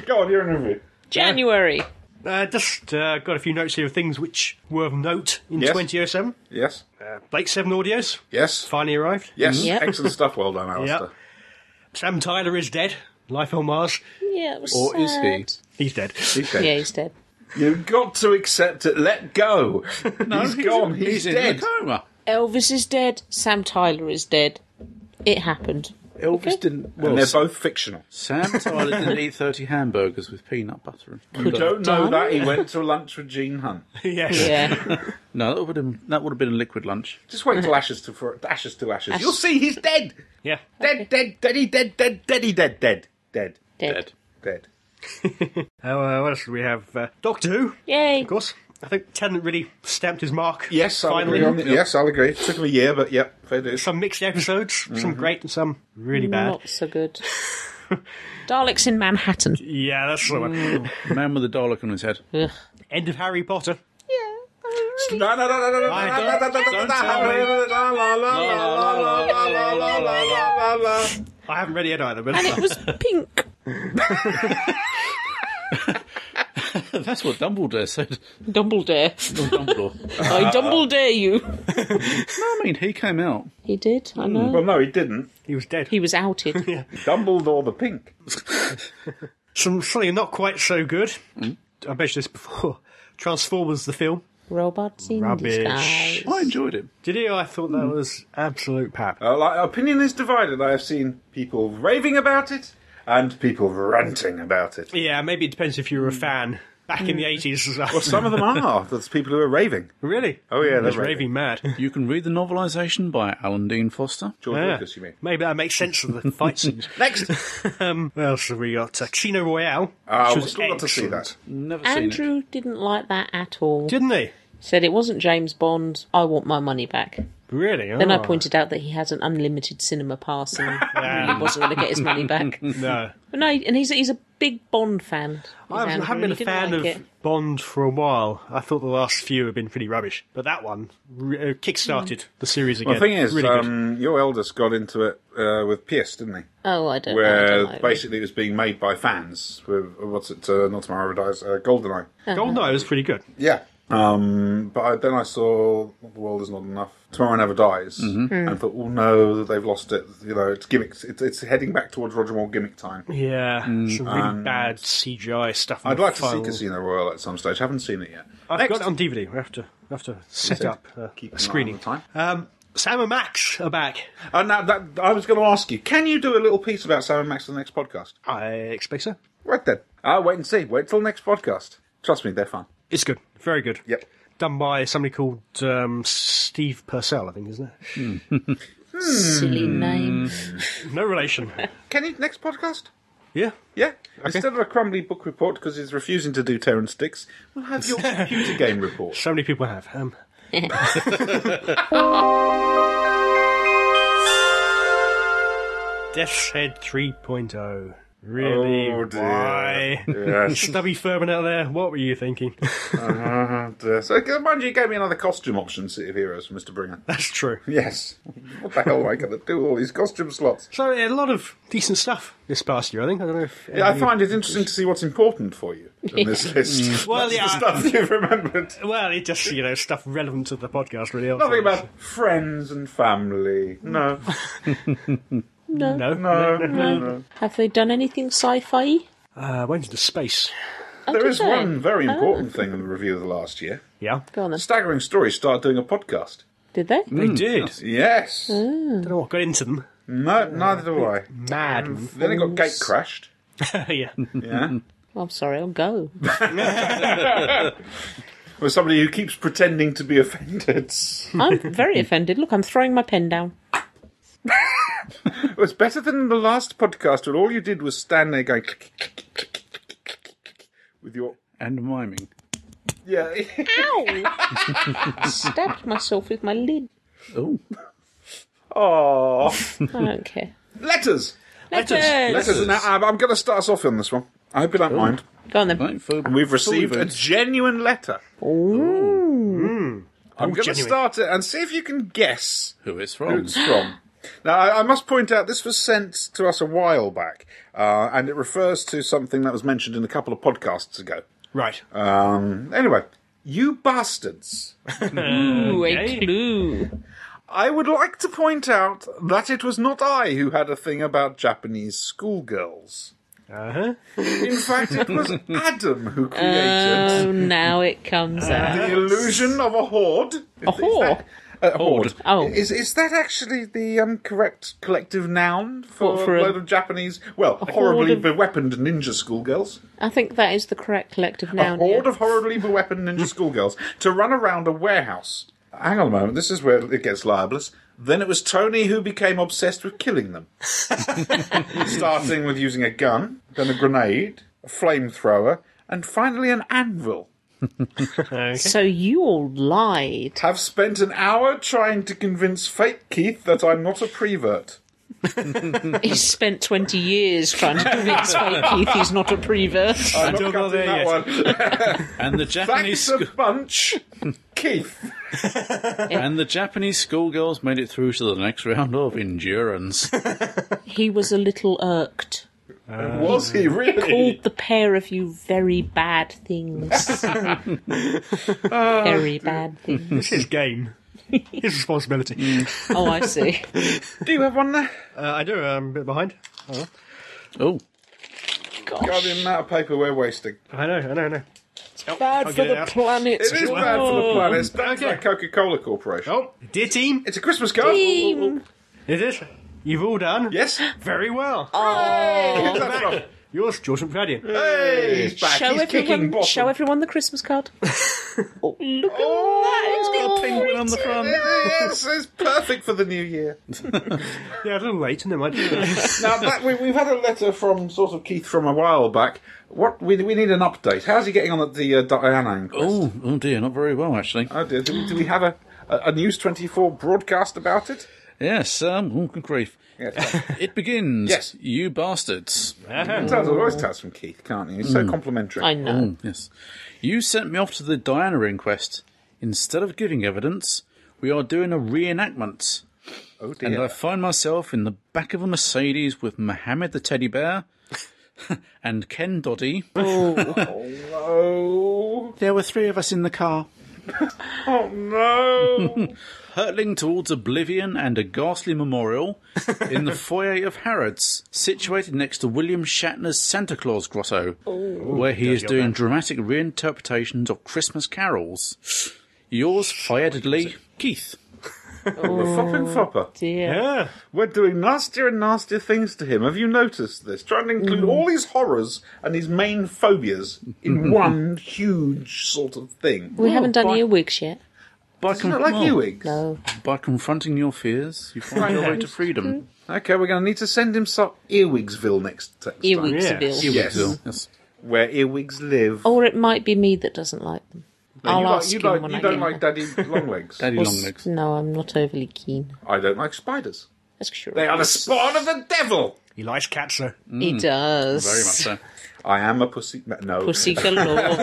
Go on, year in review.
January.
Uh, just uh, got a few notes here of things which were of note in
Yes.
2007.
Yes.
Blake 7 Audios
Yes.
finally arrived.
Yes.
Yep.
Excellent stuff. Well done, Alistair.
Sam Tyler is dead. Life on Mars.
Yeah, it was
Or is he?
sad.
He's dead.
He's dead.
Yeah, he's dead.
You've got to accept it. Let go. he's gone.
He's,
He's,
in
dead.
a coma.
Elvis is dead. Sam Tyler is dead. It happened.
Elvis didn't.
and
Well,
they're both fictional.
Sam Tyler didn't eat 30 hamburgers with peanut butter. and-
You don't know
done.
that he went to lunch with Gene Hunt.
yes.
Yeah.
No, that would have that would have been a liquid lunch.
Just wait till ashes to for, ashes to ashes. You'll see. He's dead.
Yeah.
Dead. Dead. Deady. Dead. Dead. Deady. Dead. Dead. Dead.
Dead.
Dead.
Oh, uh, what else do we have? Uh, Doctor Who,
Yay.
of course. I think Tennant really stamped his mark.
Yes, I'll
finally.
agree. On, yes, I'll agree. It took him a year, but yep, fair dues.
Some mixed episodes,
Mm-hmm.
some great and some really bad.
Not so good. Daleks in Manhattan.
Yeah, that's the one.
Man with a Dalek on his head.
Ugh.
End of Harry Potter.
No, no, no, no, no, no,
I
no,
don't-
no, no,
don't
no,
tell me.
no, la, la, la, la, la, la, la, la, la, la, la.
I haven't read it either, but
And it was pink.
That's what Dumbledore said.
Dumbledore.
Lord Dumbledore.
I Dumbledore you.
I mean, he came out.
He did,
Hmm.
I
Mm.
know.
Well, no, he didn't.
he was dead.
He was outed.
Dumbledore the Pink.
Some something not quite so good.
Mm.
I mentioned this before. Transformers the film.
Robots in
Rubbish.
disguise.
I enjoyed it.
Did you? I thought
Hmm.
that was absolute pap.
Uh, like, opinion is divided. I have seen people raving about it and people ranting about it.
Yeah, maybe it depends if you were a fan back in the eighties.
Well, some of them are. There's people who are raving.
really?
Oh, yeah,
I
they're
was
raving.
raving mad.
You can read the novelisation by Alan Dean Foster.
George
Yeah.
Lucas, you mean?
Maybe that makes sense of the fight scenes.
Next.
um, what else have we got? Uh, Casino Royale.
Uh,
which
we've
was
still got to see that.
excellent.
Never seen it.
Andrew didn't like that at all.
Didn't they?
Said it wasn't James Bond. I want my money back.
Really?
Then I
Oh.
pointed out that he has an unlimited cinema pass and he wasn't going to get his money back.
No.
But no, and he's he's a big Bond fan.
I haven't, haven't been a fan of Bond for a while. I thought the last few have been pretty rubbish, but that one re- uh, kick-started
Mm.
the series again.
The thing is,
really good.
um, your eldest got into it uh, with Pierce, didn't he?
Oh, I don't. I
where
don't like
basically it was being made by fans with uh, what's it? Uh, not tomorrow dies. Uh, Goldeneye.
Goldeneye was pretty good.
Yeah. Um, but I, then I saw the world is not enough. Tomorrow never dies,
Mm-hmm.
and thought, oh no, they've lost it. You know, it's gimmicks. It's, it's heading back towards Roger Moore gimmick time.
Yeah, some really bad CGI stuff.
Mm,
in
um, I'd
the
like to see
final-
Casino Royale at some stage. Haven't seen it yet.
I've
Next.
got it on DVD. We have to we have to set
Said,
up a,
keep an eye
a
on
screening.
the time.
Um, Sam and Max are back.
Uh, now that I was going to ask you, can you do a little piece about Sam and Max for the next podcast?
I expect so.
Right then, uh, wait and see. Wait till next podcast. Trust me, they're fun.
It's good, very good.
Yep.
Done by somebody called um, Steve Purcell, I think, isn't it?
silly
Hmm.
name.
No relation.
Can you next podcast?
yeah.
Yeah. Instead of a crumbly book report because he's refusing to do Terrence Sticks, we'll have your computer game report.
So many people have. Um, Death's Head 3.0. Really?
Oh, dear.
Why?
Yes.
Stubby Furman out there, what were you thinking?
And, uh, so, mind you, you gave me another costume option, City of Heroes, for Mr. Bringer.
That's true.
Yes. What the hell am I going to do with all these costume slots?
So yeah, a lot of decent stuff this past year, I think. I don't know if
Yeah, I
any-
find it interesting to see what's important for you in this list.
Mm. Well,
That's
yeah.
the stuff you've remembered.
well, it just you know stuff relevant to the podcast, really.
Nothing about friends and family. No,
no, no,
no, no. no.
Have they done anything sci-fi? Oh,
Uh, went into space.
There is
did they?
one very important thing in the review of the last year.
Yeah,
Go on then.
Staggering Stories started doing a podcast.
Did they?
they did.
Yes.
Don't know what got into them.
No, neither do I.
Mad.
Then it got gate crashed.
yeah.
Yeah.
Oh, I'm sorry, I'll go.
Or somebody who keeps pretending to be offended.
I'm very offended. Look, I'm throwing my pen down.
It was better than the last podcast where all you did was stand there going click, click, click, click, click, click, click, click, click, with your
And miming.
yeah.
Ow! Stabbed myself with my lid.
Oh,
Oh,
I don't care.
letters.
Letters.
Letters.
Letters. Now I'm, I'm going to start us off on this one. I hope you don't mind.
Go on then.
right, for
We've received a
forwards.
genuine letter. I'm going to
genuine.
start it and see if you can guess
who it's
who
from.
it's from. Now, I, I must point out this was sent to us a while back, uh, and it refers to something that was mentioned in a couple of podcasts ago.
Right.
Um, anyway, you bastards.
Ooh,
Okay.
a clue.
I would like to point out that it was not I who had a thing about Japanese schoolgirls.
Uh huh.
In fact, it was Adam who created
Oh, now it comes out.
the illusion of a horde.
A whore.
A horde.
Oh.
Is, is that actually the um, correct collective noun for,
What, for
a
a-
load of Japanese, well, horribly
of-
beweaponed ninja schoolgirls?
I think that is the correct collective
A
noun. yeah.
horde of horribly beweaponed ninja schoolgirls to run around a warehouse. Hang on a moment, this is where it gets libelous. Then it was Tony who became obsessed with killing them. Starting with using a gun, then a grenade, a flamethrower, and finally an anvil.
So you all lied.
Have spent an hour trying to convince fake Keith that I'm not a prevert.
He spent 20 years trying to convince fake Keith he's not a prevert.
I'm
don't
not
go
cutting
there
that one.
And the Japanese
Thanks
sc-
a bunch, Keith.
and the Japanese schoolgirls made it through to the next round of endurance.
He was a little irked.
Was he really?
Called the pair of you very bad things. very bad things.
It's his game. his responsibility.
Oh, I see.
Do you have one there?
Uh, I do. I'm a bit behind.
Oh,
God, the amount of paper we're wasting.
I know. I know. I know.
Bad for
get it
the
out.
It
planet.
is bad for the planet. It's bad for
Okay.
the Coca-Cola Corporation.
Oh, dear team,
It's a Christmas card. Oh,
Team.
it is. You've all done
Yes.
very well. Oh,
Who's that from?
Yours, George McFadden.
Hey, he's back.
Show
he's kicking
everyone,
bottom.
show everyone the Christmas card. oh, look
got a
at that.
penguin on the front.
Oh, Yes, it's perfect for the new year.
Yeah, a little late, never mind.
Now, that, we, we've had a letter from sort of Keith from a while back. What we, we need an update. How's he getting on at the uh, Diana inquest?
Oh, oh dear, not very well actually.
Oh dear, do, we, do we have a, a, a News Twenty Four broadcast about it?
Yes, um, oh, good grief. It begins.
Yes.
you bastards.
It sounds
Hmm.
always tells from Keith, can't you? He's so complimentary.
I know.
Oh, yes, you sent me off to the Diana inquest. Instead of giving evidence, we are doing a reenactment,
oh
and
dear.
I find myself in the back of a Mercedes with Mohammed the teddy bear and Ken Doddy.
Oh
There were three of us in the car,
oh no!
hurtling towards oblivion and a ghastly memorial in the foyer of Harrods, situated next to William Shatner's Santa Claus Grotto, where he is doing dramatic reinterpretations of Christmas carols. Yours, fiatedly, Keith.
the flopping flopper.
Dear.
yeah.
We're doing nastier and nastier things to him. Have you noticed this? Trying to
Mm-hmm.
include all his horrors and his main phobias in one huge sort of thing.
We haven't done
bye.
earwigs yet.
By,
Isn't it like
well,
Ewigs?
No.
by confronting your fears, you find your way to freedom.
Okay, we're going to need to send him some Earwigsville next time.
Earwigsville.
Yes.
Ewigsville, yes.
Where earwigs live.
Or it might be me that doesn't like them.
you
Oh, I'll
like-
ask
you
him
like-
when
you
I
don't
get
like
home.
daddy long legs.
Daddy Longlegs.
No, I'm not overly keen.
I don't like spiders.
That's sure.
They Mm. are the spawn of the devil.
He likes cats, though.
He does.
Very much so.
I am a pussy. No,
Pussy galore.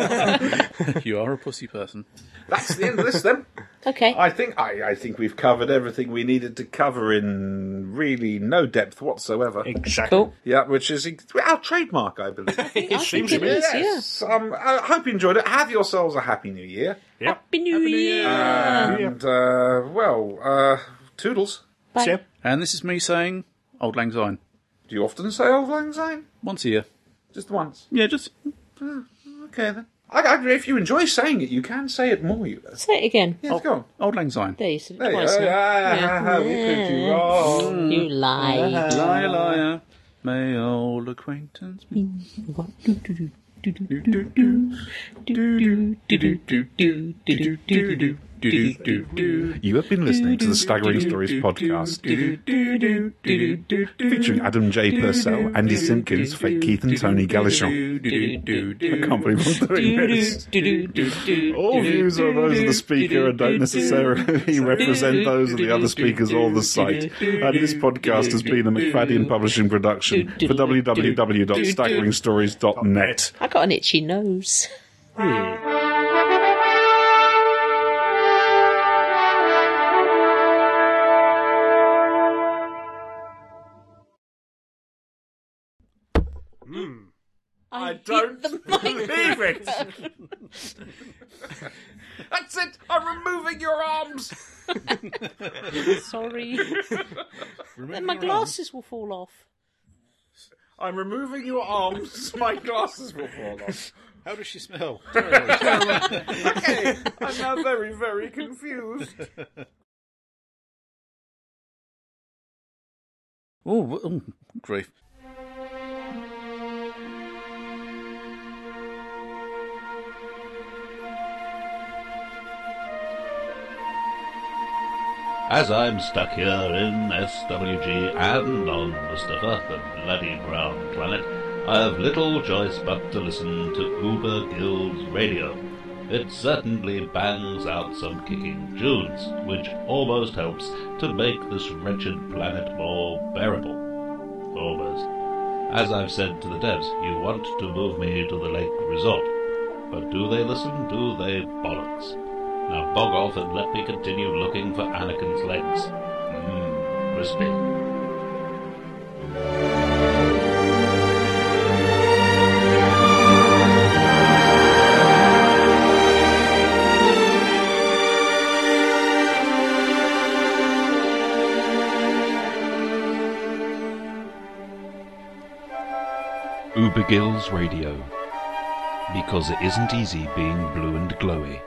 You are a pussy person.
that's the end of this. Then
okay.
I think I, I think we've covered everything we needed to cover in really no depth whatsoever.
Exactly.
Cool.
Yeah, which is ex- our trademark, I believe.
It
seems to be.
Yes.
Um, I hope you enjoyed it. Have yourselves a happy new year.
Yeah.
Happy New Year.
And, uh, well, uh, toodles.
Bye.
Chip.
And this is me saying, Old Lang Syne.
Do you often say old lang syne?
Once a year.
Just once.
Yeah, just
Okay then. I, I, if you enjoy saying it, you can say it more. You.
Say it again.
Yes, go on.
Old Lang Syne.
There you said it
There you
twice.
go.
now.
Ah, we proved you wrong. Uh-huh.
You lie.
Liar, liar, may old acquaintance be.
You have been listening to the Staggering Stories podcast, featuring Adam J. Purcell, Andy Simpkins, Fake Keith, and Tony Galichon. I can't believe I'm doing this. All views are those of the speaker and don't necessarily represent those of the other speakers or the site. And this podcast has been a McFadden Publishing production for www.staggeringstories.net.
I got an itchy nose. Hmm. Hmm. I, don't the mic.
Leave it! That's it! I'm removing your arms!
Sorry, then my glasses will fall off.
I'm removing your arms. My glasses will fall off.
How does she smell?
Okay, I'm now very, very confused.
Oh, w- oh grief.
As I'm stuck here in SWG and on Mustafa, the bloody brown planet, I have little choice but to listen to Uber Guild's radio. It certainly bangs out some kicking tunes, which almost helps to make this wretched planet more bearable. Almost. As I've said to the devs, you want to move me to the lake resort. But do they listen? Do they bollocks? Now bog off and let me continue looking for Anakin's legs. Mmm, crispy. Ubergills Radio. Because it isn't easy being blue and glowy.